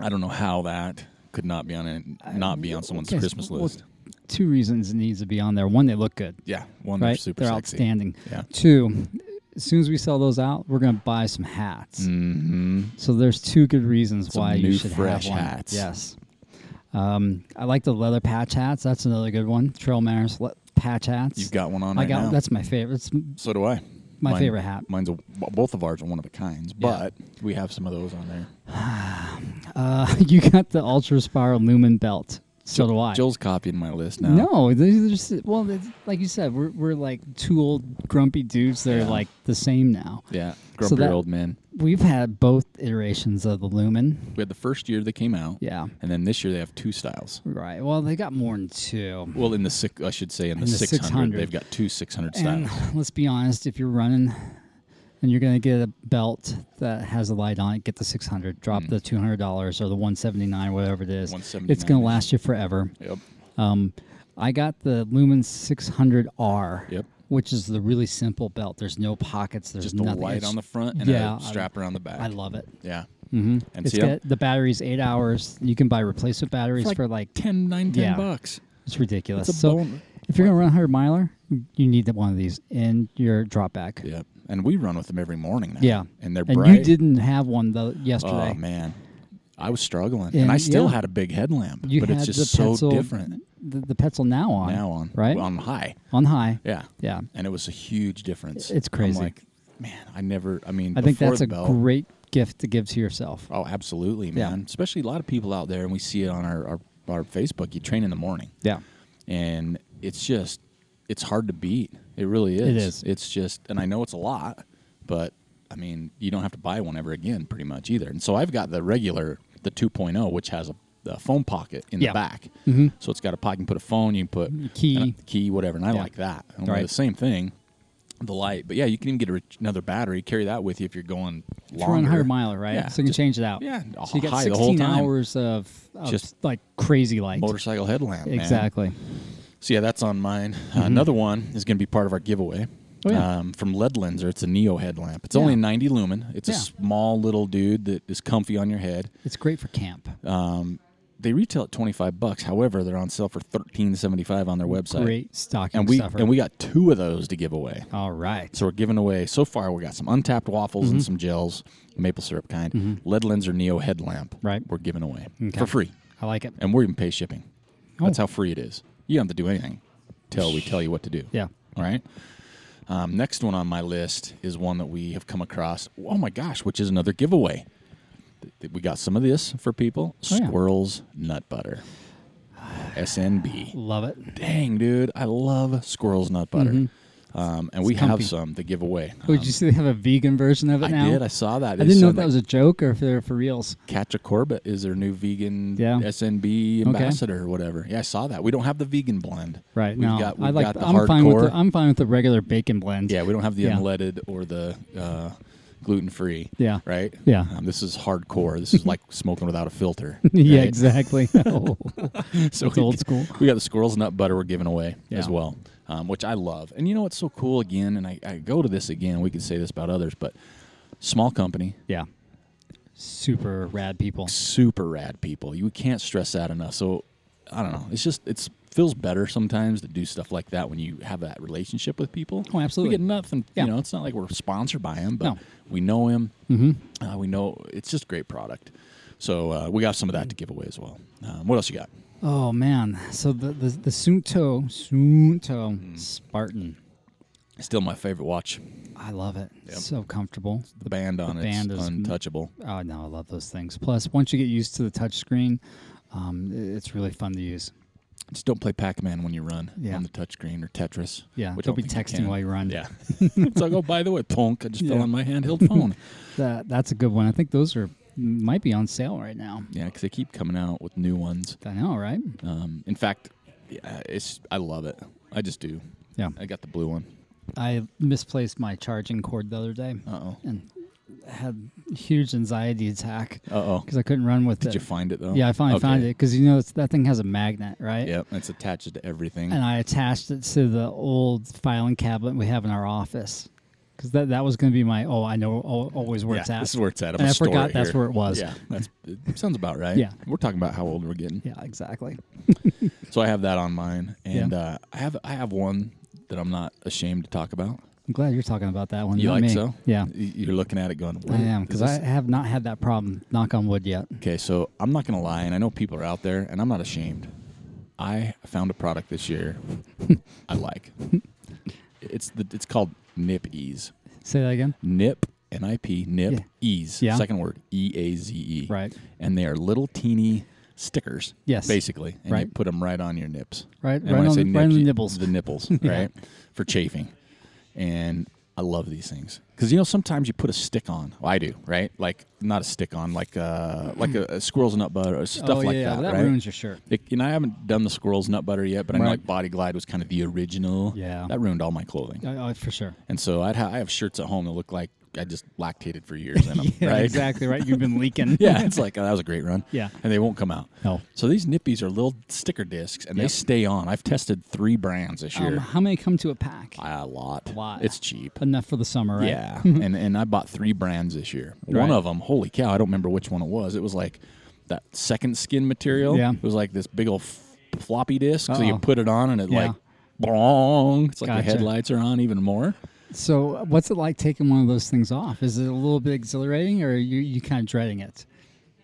I don't know how that could not be on it, not be on someone's Okay, Christmas well, list. Two reasons it needs to be on there. One, they look good. Yeah, one right? they're super they're sexy. outstanding. Yeah. Two, as soon as we sell those out, we're gonna buy some hats. Mm-hmm. So there's two good reasons Some why you new should fresh have one. hats. Yes. Um, I like the leather patch hats. That's another good one. Trail Maris le- patch hats. You've got one on I right got now. that's my favorite. It's so do I. my favorite hat. Mine's a, b- both of ours are one of a kinds, but we have some of those on there. Uh, *laughs* you got the Ultra Spiral Lumen belt. So do I. Joel's copying my list now. no, they're just, well, it's- like you said, we're, we're like two old grumpy dudes that Yeah. are like the same now. Yeah, So grumpy that- old man. We've had both iterations of the Lumen. We had the first year they came out. Yeah. and then this year they have two styles. Right. Well, they got more than two. Well, in the six, I should say in the, In the 600, 600. they've got two 600 And styles. *sighs* let's be honest, if you're running and you're going to get a belt that has a light on it, get the 600, drop Mm. the $200 or the 179 whatever it is. It's going $179. to last you forever. Yep. Um, I got the Lumen 600R, Yep. which is the really simple belt. There's no pockets, there's Just a nothing. light It's- on the front and Yeah, a I- strap around the back. I love it. Yeah. Mm-hmm. And It's see, I'm- got, the battery's eight hours. You can buy replacement batteries like for like 10, 9, 10 Yeah. bucks. it's ridiculous. It's a so bone- if you're gonna run a hundred miler, you need one of these in your drop back. Yep. And we run with them every morning now. Yeah. And they're And bright. you didn't have one though yesterday. Oh man, I was struggling, and, And, I still yeah. had a big headlamp, You but had it's just the so Petzl, different The, the Petzl now on. now on Right? on high. On high. Yeah, Yeah. and it was a huge difference. It's crazy. I'm like, man, I never. I mean, I think before that's the a bell, great gift to give to yourself. Oh, absolutely, Yeah. man. Especially a lot of people out there, and we see it on our our, our Facebook. You train in the morning, Yeah. and it's just it's hard to beat. It really is. It is. It's just, and I know it's a lot, but I mean, you don't have to buy one ever again, pretty much either. And so I've got the regular, the 2.0, which has a, a phone pocket in Yeah. the back. Mhm. So it's got a pocket. You can put a phone. You can put a Key. key, whatever. And I Yeah. like that. And we're Right. The same thing. The light, but yeah, you can even get a, rich- another battery. Carry that with you if you're going If you're on a longer. hundred miler, right? Yeah, so you can just change it out. yeah, So you got high the whole sixteen time. hours of, of Just just like crazy light. motorcycle headlamp. man. Exactly. So yeah, that's on mine. Uh, another one is going to be part of our giveaway. Mm-hmm. Oh, yeah. um, from Lead Lenser. It's a Neo headlamp. It's Yeah. only 90 lumen. It's a Yeah. small little dude that is comfy on your head. It's great for camp. Um, they retail at 25 bucks. However, they're on sale for 13.75 on their website. Great stocking And we stuffer. and we got two of those to give away. All right. So we're giving away so far. We got some untapped waffles Mm-hmm. and some gels, maple syrup kind. Lead Lenser Neo headlamp. Right. We're giving away Okay. for free, I like it. and we're even pay shipping. That's Oh. how free it is. You don't have to do anything till we tell you what to do. Yeah. All right. Um, next one on my list is one that we have come across. Oh my gosh, which is another giveaway. Th- th- We got some of this for people. Oh, yeah. Squirrels nut butter. SNB. Love it. Dang, dude, I love squirrels nut butter. Um, and we have Mm-hmm. comfy. some to give away. Um, Oh, did you see they have a vegan version of it I now? did. I saw that. I didn't know if that was a joke or if they're for reals. Katja Corbett is their new vegan Yeah. SNB Okay. ambassador or whatever. Yeah, I saw that. We don't have the vegan blend. Right. We've no, got, we've I like. got the I'm hardcore. fine with. The, I'm fine with the regular bacon blend. Yeah, we don't have the Yeah. unleaded or the uh, gluten free. Yeah. Right? Yeah. Um, this is hardcore. This is *laughs* like smoking without a filter. yeah, right? *laughs* exactly. Oh, So it's we- old school. We got the squirrels nut butter we're giving away as Yeah. well, um, which I love. And you know what's so cool again? And I, I go to this again. We could say this about others, but small company, Yeah. Super rad people. super rad people. You can't stress that enough. So I don't know. It's just it's feels better sometimes to do stuff like that when you have that relationship with people. Oh, absolutely. We get nothing. Yeah. You know, it's not like we're sponsored by him, but No. we know him. Mm-hmm. Uh, we know it's just great product. So uh, we got some of that to give away as well. Um, what else you got? Hmm. Oh man. So the the, the Sunto Sunto Spartan. Still my favorite watch. I love it. So comfortable. The band on band it's is- untouchable. Oh no, I love those things. Plus, once you get used to the touch screen, um, i- it's really fun to use. Just don't play Pac-Man when you run Yeah. on the touchscreen or Tetris. Yeah, which I don't be think you texting can. while you run. Yeah. *laughs* it's like, oh, by the way, *laughs* plonk, I just fell Yeah. on my handheld *laughs* phone. That that's a good one. I think those are might be on sale right now. yeah, because they keep coming out with new ones. I know, right? Um, in fact, yeah, it's I love it. I just do. Yeah. I got the blue one. I misplaced my charging cord the other day Uh oh. and had huge anxiety attack Uh oh. because I couldn't run with it. Did you find it though? yeah, I finally found Oh, Okay. it because you know it's, that thing has a magnet, right? Yep, it's attached to everything. and I attached it to the old filing cabinet we have in our office because that, that was going to be my oh I know al- always where yeah, it's at. This is where it's at. I'm and a I store forgot right that's here. where it was. Yeah, that's it sounds about right. Yeah. we're talking about how old we're getting. Yeah, exactly. So I have that on mine, and uh, I have I have one that I'm not ashamed to talk about. I'm glad you're talking about that one. You not like me. so? Yeah, Y- You're looking at it going. I "Wait, am is because this I have not had that problem. Knock on wood yet. Okay, so I'm not gonna lie, and I know people are out there, and I'm not ashamed. I found a product this year *laughs* I like. It's the it's called Nip Ease. Say that again. Nip N I P Nip Yeah. Ease. Yeah. Second word E A Z E. Right. And they are little teeny stickers. Yes. Basically, and you Right. put them right on your nips. Right- And right when I on say the- right on nips, the you- nibbles. The *laughs* nipples, right? For chafing. And I love these things because you know sometimes you put a stick on. Well, I do, right? Like not a stick on, like uh, like a, a squirrel's nut butter or stuff oh like yeah, that. that right? ruins your shirt. It, and I haven't done the squirrel's nut butter yet, but I know Right. like Body Glide was kind of the original. Yeah. that ruined all my clothing. Oh, oh, for sure. *laughs* And so I'd ha- I have shirts at home that look like I just lactated for years in them, *laughs* Yeah, right? exactly right. *laughs* You've been leaking. yeah, it's like oh, that was a great run. Yeah. and they won't come out. No. So these nippies are little sticker discs, and they Yep. stay on. I've tested three brands this Um, year. how many come to a pack? a lot. Why? It's cheap. Enough for the summer, right? *laughs* Yeah, and and I bought three brands this year. One Right. of them, holy cow, I don't remember which one it was. It was like that second skin material. Yeah. it was like this big old f- floppy disk. So you Uh-oh. put it on, and it Yeah. like, bong. It's like the Gotcha. headlights are on even more. So, what's it like taking one of those things off? Is it a little bit exhilarating, or are you you kind of dreading it?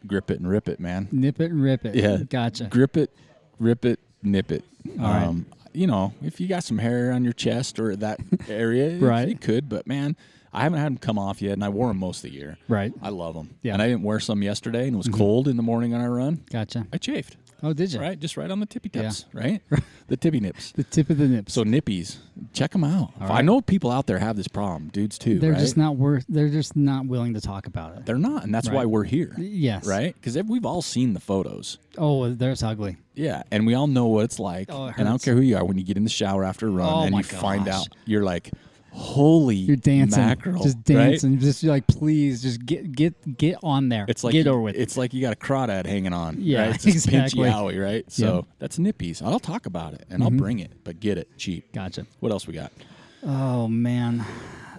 Grip it and rip it, man. Nip it and rip it. Yeah. gotcha. Grip it, rip it, nip it. Um, All right. You know, if you got some hair on your chest or *laughs* that area, Right. you could. But man, I haven't had them come off yet, and I wore them most of the year. Right. I love them. Yeah. Mm-hmm. And I didn't wear some yesterday, and it was cold in the morning on our run. Gotcha. I chafed. Oh, did you? Right, just right on the tippy Yeah. tips, *laughs* right? The tippy nips. The tip of the nip. So nippies, check them out. I All right. know people out there have this problem, dudes too. they're right? just not worth. They're just not willing to talk about it. They're not, and that's why Right. we're here. Yes. Right? Because we've all seen the photos. Oh, there's ugly. Yeah, and we all know what it's like. Oh, it and I don't hurts. care who you are when you get in the shower after a run Oh, and my you find gosh. out you're like, holy, You're dancing, mackerel, just right? dancing, just like please, just get get get on there. It's like get over with. It's like you got a crawdad hanging on. Yeah, right? it's this exactly. Mm-hmm. Pinchy alley, right? So that's nippies. I'll talk about it and I'll bring it, but get it cheap. gotcha. What else we got? Oh man,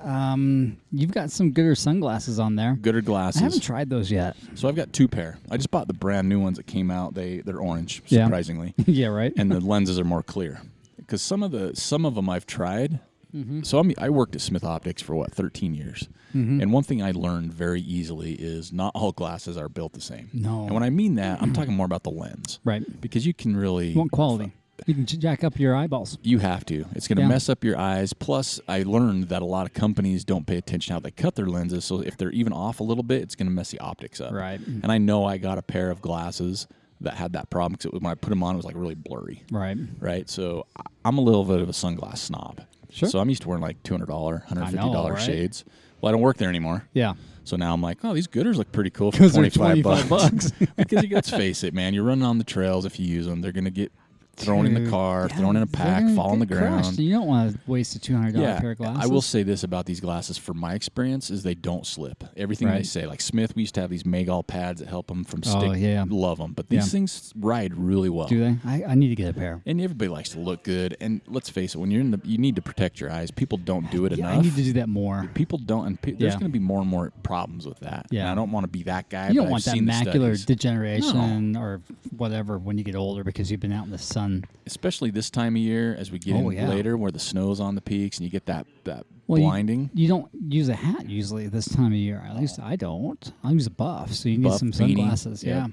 um, you've got some gooder sunglasses on there. Gooder I glasses. haven't tried those yet. *laughs* so I've got two pair. I just bought the brand new ones that came out. They they're orange, Yeah. surprisingly, yeah, right. and the lenses are more clear. Because some of the some of them I've tried. Mm-hmm. So I'm, I worked at Smith Optics for what 13 years, and one thing I learned very easily is not all glasses are built the same. No. and when I mean that, I'm talking more about the lens, right. Because you can really You want quality? You can j- jack up your eyeballs. You have to. It's going to Yeah. mess up your eyes. Plus, I learned that a lot of companies don't pay attention how they cut their lenses. So if they're even off a little bit, it's going to mess the optics up. Right. And I know I got a pair of glasses that had that problem because when I put them on, it was like really blurry. Right. Right. So I- I'm a little bit of a sunglass snob. Sure. So I'm used to wearing like $200, $150 right? shades. Well, I don't work there anymore. Yeah. So now I'm like, oh, these gooders look pretty cool for 'Cause they're 25, 25 bucks. *laughs* because you, let's face it, man, you're running on the trails. If you use them, they're going to get thrown in the Dude, car, yeah, thrown in a they're pack, gonna fall on the get crushed. ground. You don't want to waste a two hundred dollar pair of glasses. I will say this about these glasses. For my experience, is they don't slip. Everything they Right. say, like Smith, we used to have these Magol pads that help them from stick. Oh, yeah. love them. But these Yeah. things ride really well. Do they? I, I need to get a pair. And everybody likes to look good. And let's face it, when you're in the, you need to protect your eyes. People don't do it Yeah, enough. I need to do that more. People don't, and pe- there's Yeah. going to be more and more problems with that. Yeah. and I don't want to be that guy. but You don't I've want that seen the macular studies. degeneration or whatever when you get older because you've been out in the sun. especially this time of year as we get Oh, in yeah. later where the snow's on the peaks and you get that that Well, you- blinding You, don't use a hat usually this time of year. At least I don't. I use a buff, so you need Buff some beanie. sunglasses. Yep.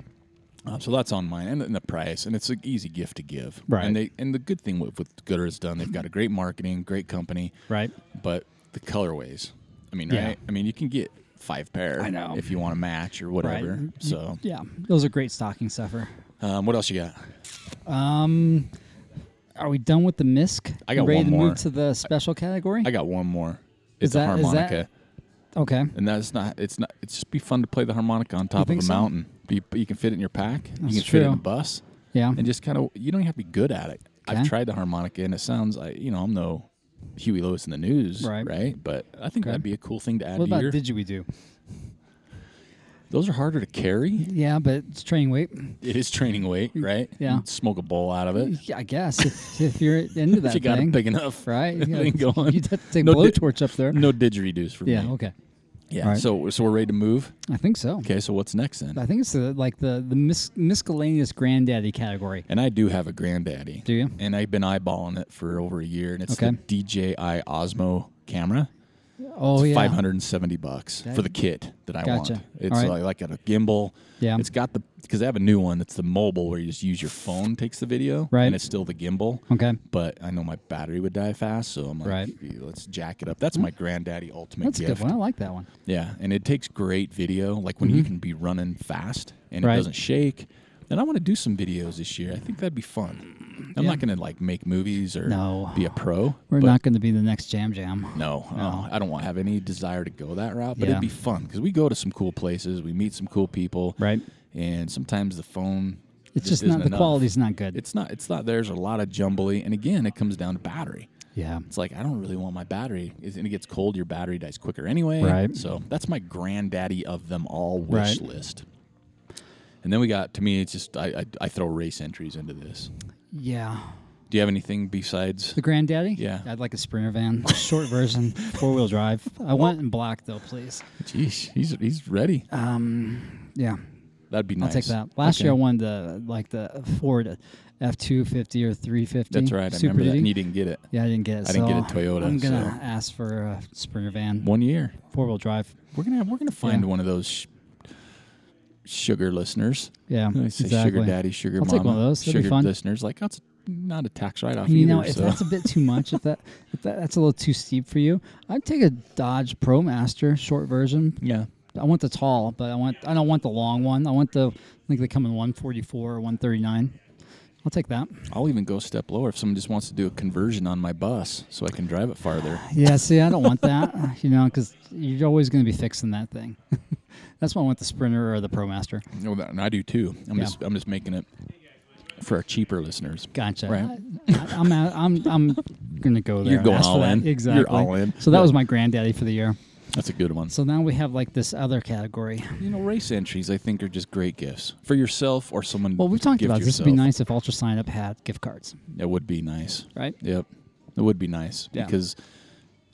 Yeah. Uh, so that's on mine and, and the price, and it's an easy gift to give. Right. And they and the good thing with, with Gooder has done, they've got a great marketing, great company, Right. but the colorways. I mean, Yeah. right? I mean, you can get five pair. I know. if you want to match or whatever. Right. So, Yeah, those are great stocking stuffer. um, what else you got? Um, are we done with the misc? I got Ready one to more. move to the special category? I got one more. Is It's a that- is that- harmonica, okay. and that's not. It's not. It's just be fun to play the harmonica on top of think a so? mountain. You, you can fit it in your pack. That's you can fit it in a true. bus, Yeah. and just kind of. You don't have to be good at it. I've Okay. tried the harmonica, and it sounds. I you know I'm no Huey Lewis in the news, Right. But I think Okay. that'd be a cool thing to add What to about your. didgeridoo? Those are harder to carry. *laughs* Yeah, but it's training weight. It is training weight, right? Yeah. You'd smoke a bowl out of *laughs* it. Yeah, I guess if, if you're into *laughs* that if you got thing, it big enough, *laughs* *laughs* right? You thing gotta- going. You'd have to take No di- blowtorch up there. No didgeridoos for yeah. me. Okay. Yeah. All right. So so we're ready to move. I think so. Okay. So what's next then? I think it's the, like the the mis- miscellaneous granddaddy category. And I do have a granddaddy. Do you? And I've been eyeballing it for over a year, and it's Okay. the DJI Osmo camera. Oh yeah. 570 bucks for That- the kit that I Gotcha. want. All It's uh, right. like, like at a gimbal. Yeah. It's got the because I have a new one that's the mobile where you just use your phone takes the video Right. and it's still the gimbal. Okay. But I know my battery would die fast, so I'm like, Right. Mm-hmm. "Yeah, let's jack it up. That's my granddaddy ultimate That's a gift. good one. I like that one. Yeah, and it takes great video, like when you can be running fast and Mm-hmm. Right. it doesn't shake. And I want to do some videos this year. I think that'd be fun. I'm Yeah. not going to like make movies or No. be a pro. We're but not going to be the next Jam Jam. No, no, I don't want have any desire to go that route. But Yeah. it'd be fun because we go to some cool places, we meet some cool people, Right. And sometimes the phone. It's just isn't not the enough. quality's not good. It's not. It's not. There's a lot of jumbly, and again, it comes down to battery. yeah. It's like I don't really want my battery, It's- and it gets cold. Your battery dies quicker anyway. Right. So that's my granddaddy of them all wish Right. list. And then we got to me. It's just I, I I throw race entries into this. Yeah. Do you have anything *laughs* besides? The granddaddy? Yeah. I'd like a Sprinter van, short *laughs* version, four wheel drive. I want it in black though, please. Um, Geez, he's he's ready. Yeah. That'd be I'll nice. take that. Last Okay. year I won the like the Ford F two fifty or three fifty. That's right. I Super remember that. Duty. And you didn't get it. Yeah, I didn't get it. I didn't get a so Toyota, I'm gonna so- ask for a Sprinter van, One year. four wheel drive. We're gonna have, we're gonna find Yeah. one of those sh- sugar *laughs* listeners. Yeah, I say exactly. sugar daddy, sugar I'll mama. take one of those. That'd be Sugar fun. listeners. Like that's not a tax write off You either. know, if so. that's a bit too much, if that, if that that's a little too steep for you, I'd take a Dodge ProMaster short version. *laughs* yeah. I want the tall, but I want I don't want the long one. I want the I think they come in 144 or 139. I'll take that. I'll even go a step lower if someone just wants to do a conversion on my bus so I can drive it farther. Yeah, see, I don't want that, you know, because you're always going to be fixing that thing. *laughs* That's why I want the Sprinter or the ProMaster. No, that- and I do too. I'm Yeah. just I'm just making it for our cheaper listeners. Gotcha. Right. I, I'm out, I'm I'm gonna go there. You're and going ask for all that. in. You're Exactly. all in. So that Yeah. was my granddaddy for the year. That's a good one. So now we have like this other category. you know, race entries I think are just great gifts for yourself or someone. Well, we've talked gift about this. Would be yourself. nice if Ultra Sign Up had gift cards, It would be nice. right? Yep. It would be nice Yeah. because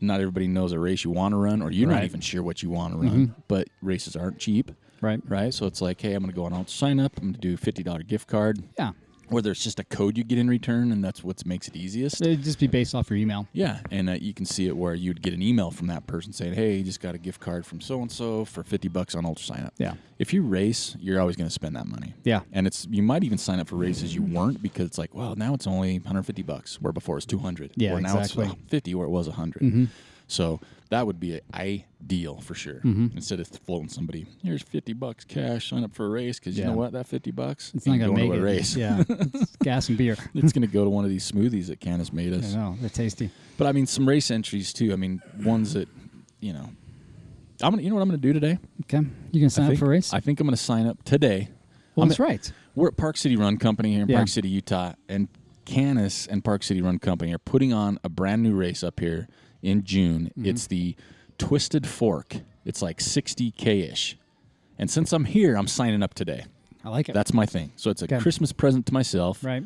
not everybody knows a race you want to run, or you're not Right. Mm-hmm. even sure what you want to run. But races aren't cheap, Right. right? So it's like, hey, I'm going to go on I'll sign up. I'm going to do a fifty dollar gift card, Yeah. or there's just a code you get in return, and that's what makes it easiest. It'd just be based off your email. Yeah, and uh, you can see it where you'd get an email from that person saying, "Hey, you just got a gift card from so and so for fifty bucks on Ultra Sign Up." Yeah. If you race, you're always going to spend that money. Yeah. and it's you might even sign up for races you weren't because it's like, well, now it's only 150 bucks where before it's 200. Yeah, or now exactly. Mm-hmm. it's uh, 50 where it was 100. So that would be ideal for sure. Mm-hmm. Instead of floating somebody, here's 50 bucks cash, sign up for a race because you Yeah. know what, that 50 bucks, It's not ain't gonna going make to it. a race. Yeah. *laughs* It's gas and beer. It's going to go to one of these smoothies that Candace made us. I know they're tasty. But I mean, some race entries too. I mean, ones that you know. I'm gonna, you know what I'm gonna do today? Okay, you can I sign up think- for a race. I think I'm gonna sign up today. well, I'm that's at- right. We're at Park City Run Company here in Yeah. Park City, Utah, and Canis and Park City Run Company are putting on a brand new race up here in June. Mm-hmm. It's the Twisted Fork. It's like 60k ish, and since I'm here, I'm signing up today. I like it. That's my thing. So it's a Okay. Christmas present to myself. right.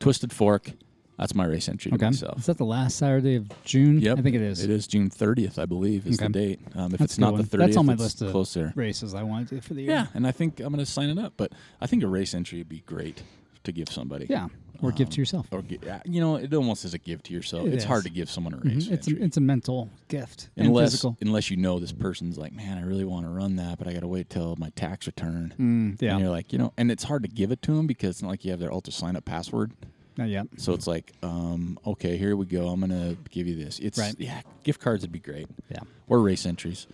Twisted Fork. That's my race entry Okay. to myself. Is that the last Saturday of June? Yep, I think it is. It is June thirtieth, I believe, is the Okay. date. Um, if That's it's a good not one. the thirtieth, That's on my it's list of closer. races I wanted to do for the year. Yeah, and I think I'm going to sign it up. But I think a race entry would be great. to give somebody. Yeah, or give to yourself. Or gi- uh, you know, it almost is a gift to yourself. It it's hard is. Mm-hmm. to give someone a race. It's entry. a, it's a mental gift and unless physical. unless you know this person's like, man, I really want to run that, but I got to wait till my tax return. Mm, And you're like, you know, and it's hard to give it to them because it's not like you have their ultra sign up password. Not yet. So it's like, um, okay, here we go. I'm gonna give you this. It's Right. yeah, gift cards would be great. Yeah. Or race entries.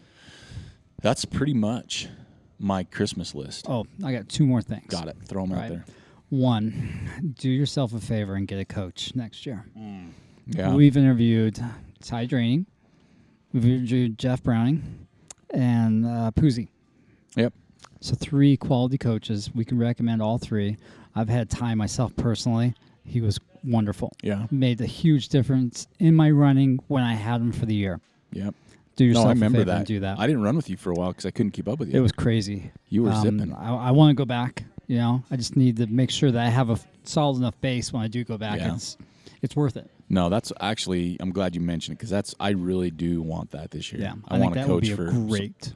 That's pretty much my Christmas list. Oh, I got two more things. Got it. Throw them out Right. there. One, do yourself a favor and get a coach next year. Yeah. We've interviewed Ty Draining, we've interviewed Jeff Browning, and uh, Poozy. yep. So three quality coaches. We can recommend all three. I've had Ty myself personally. He was wonderful. Yeah. Made a huge difference in my running when I had him for the year. Yep. Do yourself No, I a remember favor that. and do that. I didn't run with you for a while because I couldn't keep up with you. it was crazy. You were Um, zipping. I, I want to go back. You know, I just need to make sure that I have a f- solid enough base when I do go back. Yeah. It's it's worth it. No, that's actually. I'm glad you mentioned it because that's. I really do want that this year. Yeah, I, think want to that coach would be for a great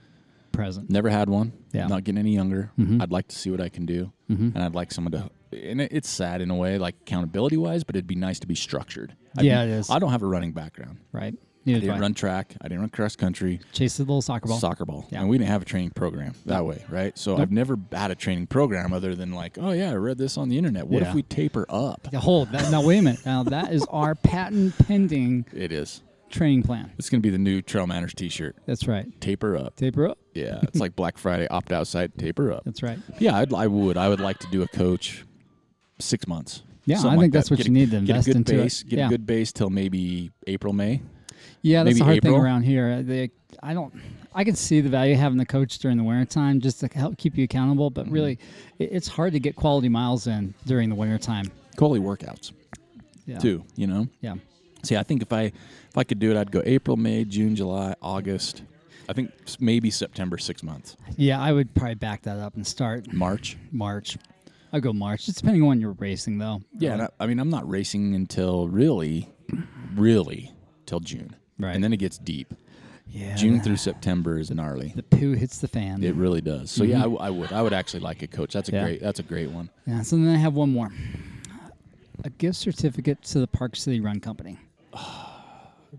present. Never had one. Yeah. Mm-hmm. Not getting any younger. I'd like to see what I can do, and I'd like someone to. And it, it's sad in a way, like accountability wise, but it'd be nice to be structured. I'd Yeah, be- it is. I don't have a running background. Right? I Neither do didn't I. run track. I didn't run cross country. Chase the little soccer ball. Soccer ball. Yeah. And we didn't have a training program that way, right? So I've never had a training program other than like, oh yeah, I read this on the internet. What Yeah. if we taper up? Yeah, hold that, now. Wait a minute. Now that is *laughs* our patent pending It is. training plan. It's gonna be the new Trail Manners T-shirt. That's right. Taper up. Taper up. Yeah, it's like Black Friday opt out site. Taper *laughs* up. That's right. Yeah, I'd, I would. I would like to do a coach six months. Yeah, something I like think that's that. what Get you a- need to invest get a good into it. base, Get Yeah. a good base till maybe April, May. Yeah, that's Maybe the hard April? thing around here. They, I don't. I can see the value of having the coach during the wintertime just to help keep you accountable, but really, Mm-hmm. it, it's hard to get quality miles in during the wintertime. Goalie workouts Yeah. too. You know. Yeah. See, I think if I if I could do it, I'd go April, May, June, July, August. I think s- maybe September, six months. Yeah, I would probably back that up and start March. March. I go March, just depending on when you're racing, though. Yeah, and I, I mean, I'm not racing until really, really till June. Right. And then it gets *laughs* deep. Yeah. June through September is gnarly. the poo hits the fan. It really does. So yeah, I, w- I would. I would actually like a coach. That's a Yeah. great. That's a great one. Yeah, so then I have one more. A gift certificate to the Park City Run Company.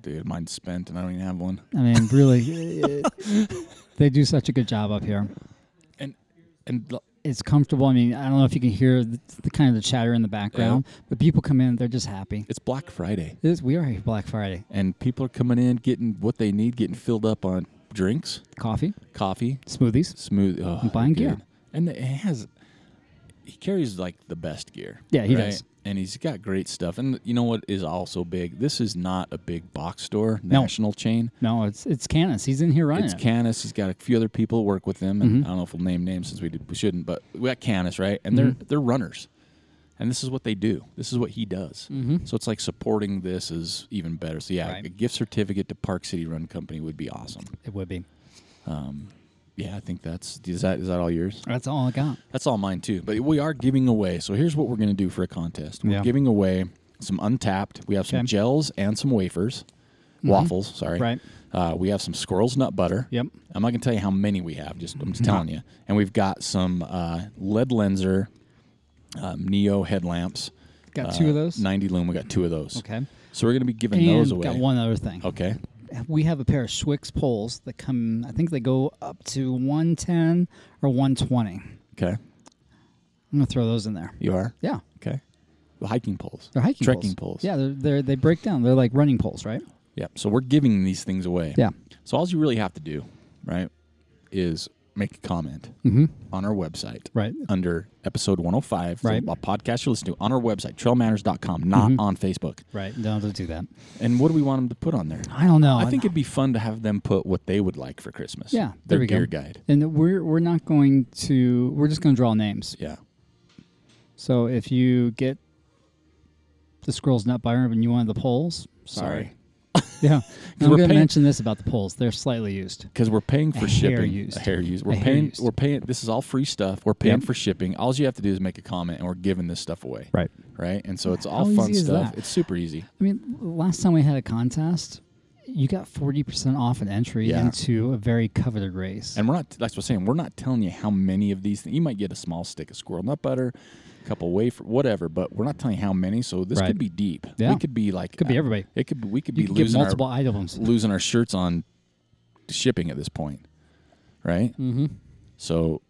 Dude, mine's spent, and I don't even have one. I mean, really, *laughs* it- they do such a good job up here. And and l- It's comfortable. I mean, I don't know if you can hear the, the kind of the chatter in the background, but people come in, they're just happy. it's Black Friday, It is, we are here Black Friday. and people are coming in, getting what they need, getting filled up on drinks, Coffee, coffee, smoothies. smooth. Oh, And buying gear. dude. and it has. He carries like the best gear. Yeah, he does. and he's got great stuff. And you know what is also big? This is not a big box store, No. national chain. No, it's it's Canis. He's in here running. It's it. Canis. He's got a few other people work with him, and I don't know if we'll name names since we, did, we shouldn't. But we got Canis, right? And they're they're runners, and this is what they do. This is what he does. So it's like supporting this is even better. So yeah, Right. a gift certificate to Park City Run Company would be awesome. it would be. Yeah, I think that's is that is that all yours? That's all I got. That's all mine too. But we are giving away. So here's what we're going to do for a contest. We're Yeah. giving away some untapped. We have some Okay. Mm-hmm. gels and some wafers, waffles. Sorry. Right. Uh, we have some squirrels nut butter. Yep. Mm-hmm. I'm not going to tell you how many we have. Just I'm just telling you. And we've got some uh, lead lenser, um, Neo headlamps. Got two uh, of those. 90 lumen. We got two of those. Okay. So we're going to be giving And those away. got one other thing. Okay. we have a pair of Schwix poles that come. I think they go up to 110 or 120. I'm Okay. gonna throw those in there. You are. Yeah, Okay. The hiking poles. they're hiking Trekking poles. Yeah, they're, they're they break down. They're like running poles, right? Yeah. So we're giving these things away. Yeah. So all you really have to do, right, is make a comment on our website. Mm-hmm. Right. Under episode 105, Right. Mm-hmm. a podcast you're listening to on our website, trailmanners.com, not on Facebook. Right. No, don't do that. And what do we want them to put on there? I don't know. I think it'd be fun to have them put what they would like for Christmas. Oh, yeah. Their There we gear go. guide. And we're we're not going to. We're just gonna draw names. Yeah. So if you get the squirrel's nut butter and you wanted the poles, sorry. *laughs* *laughs* we're Yeah. And I'm gonna paying- mention this about the poles. They're slightly used. Because we're paying for hair shipping. used. A hair used. A We're hair paying. used. We're paying. This is all free stuff. We're paying Yep. for shipping. All you have to do is make a comment, and we're giving this stuff away. Right. Right. And so it's all How fun easy is stuff. that? It's super easy. I mean, last time we had a contest, you got 40% off an entry Yeah. into a very coveted race. And we're not, that's what I'm saying, we're not telling you how many of these things. You might get a small stick of squirrel nut butter, a couple wafer, whatever, but we're not telling you how many. So this Right. could be deep. Yeah. We could be like, uh, Could be everybody. It could, we could you be can get losing, multiple our, items. losing our shirts on shipping at this point, right? Mm-hmm. So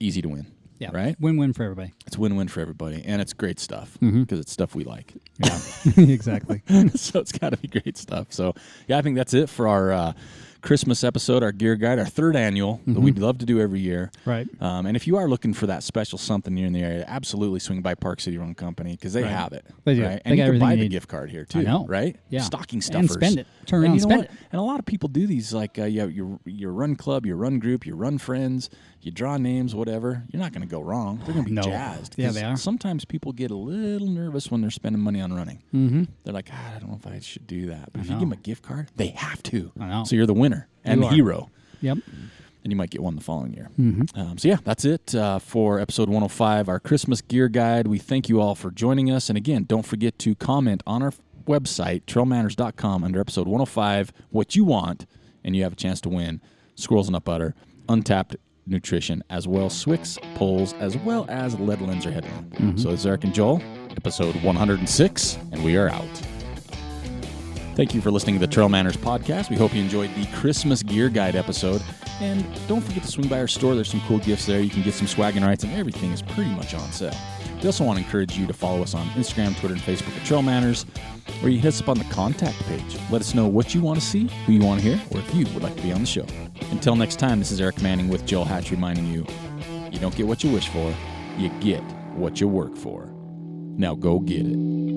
easy to win. Yeah. Right? Win-win *laughs* for everybody. It's win win for everybody. And it's great stuff because Mm-hmm. it's stuff we like. Yeah. *laughs* exactly. so it's got to be great stuff. So yeah, I think that's it for our uh, Christmas episode, our gear guide, our third annual that we'd love to do every year. Mm-hmm. Right. Um, and if you are looking for that special something here in the area, absolutely swing by Park City Run Company because they have it. They do. Right? They And got you can everything buy you the need. gift card here too. know. Right? Yeah. Stocking And stuffers. spend it. Turn around you and know spend what? it. And a lot of people do these like uh, you have your your run club, your run group, your run friends. You draw names, whatever. You're not going to go wrong. They're going to be No. jazzed. Yeah, 'cause they are. Sometimes people get a little nervous when they're spending money on running. Mm-hmm. They're like, "Ah, I don't know if I should do that. But if you give them a gift card, they have to. I know. So you're the winner and You the are. hero Yep. and you might get one the following year. Um, so yeah, that's it uh, for episode 105, our Christmas gear guide. We thank you all for joining us, and again, don't forget to comment on our website trailmanners.com under episode 105 what you want, and you have a chance to win squirrels and nut butter, untapped nutrition, as well Swix poles, as well as lead linzer headlamp. So it's Eric and Joel, episode 106, and we are out. Thank you for listening to the Trail Manners podcast. We hope you enjoyed the Christmas gear guide episode. And don't forget to swing by our store. There's some cool gifts there. You can get some swag and rights, and everything is pretty much on sale. We also want to encourage you to follow us on Instagram, Twitter, and Facebook at Trail Manners, or you hit us up on the contact page. Let us know what you want to see, who you want to hear, or if you would like to be on the show. Until next time, this is Eric Manning with Joel Hatch reminding you you don't get what you wish for, you get what you work for. Now go get it.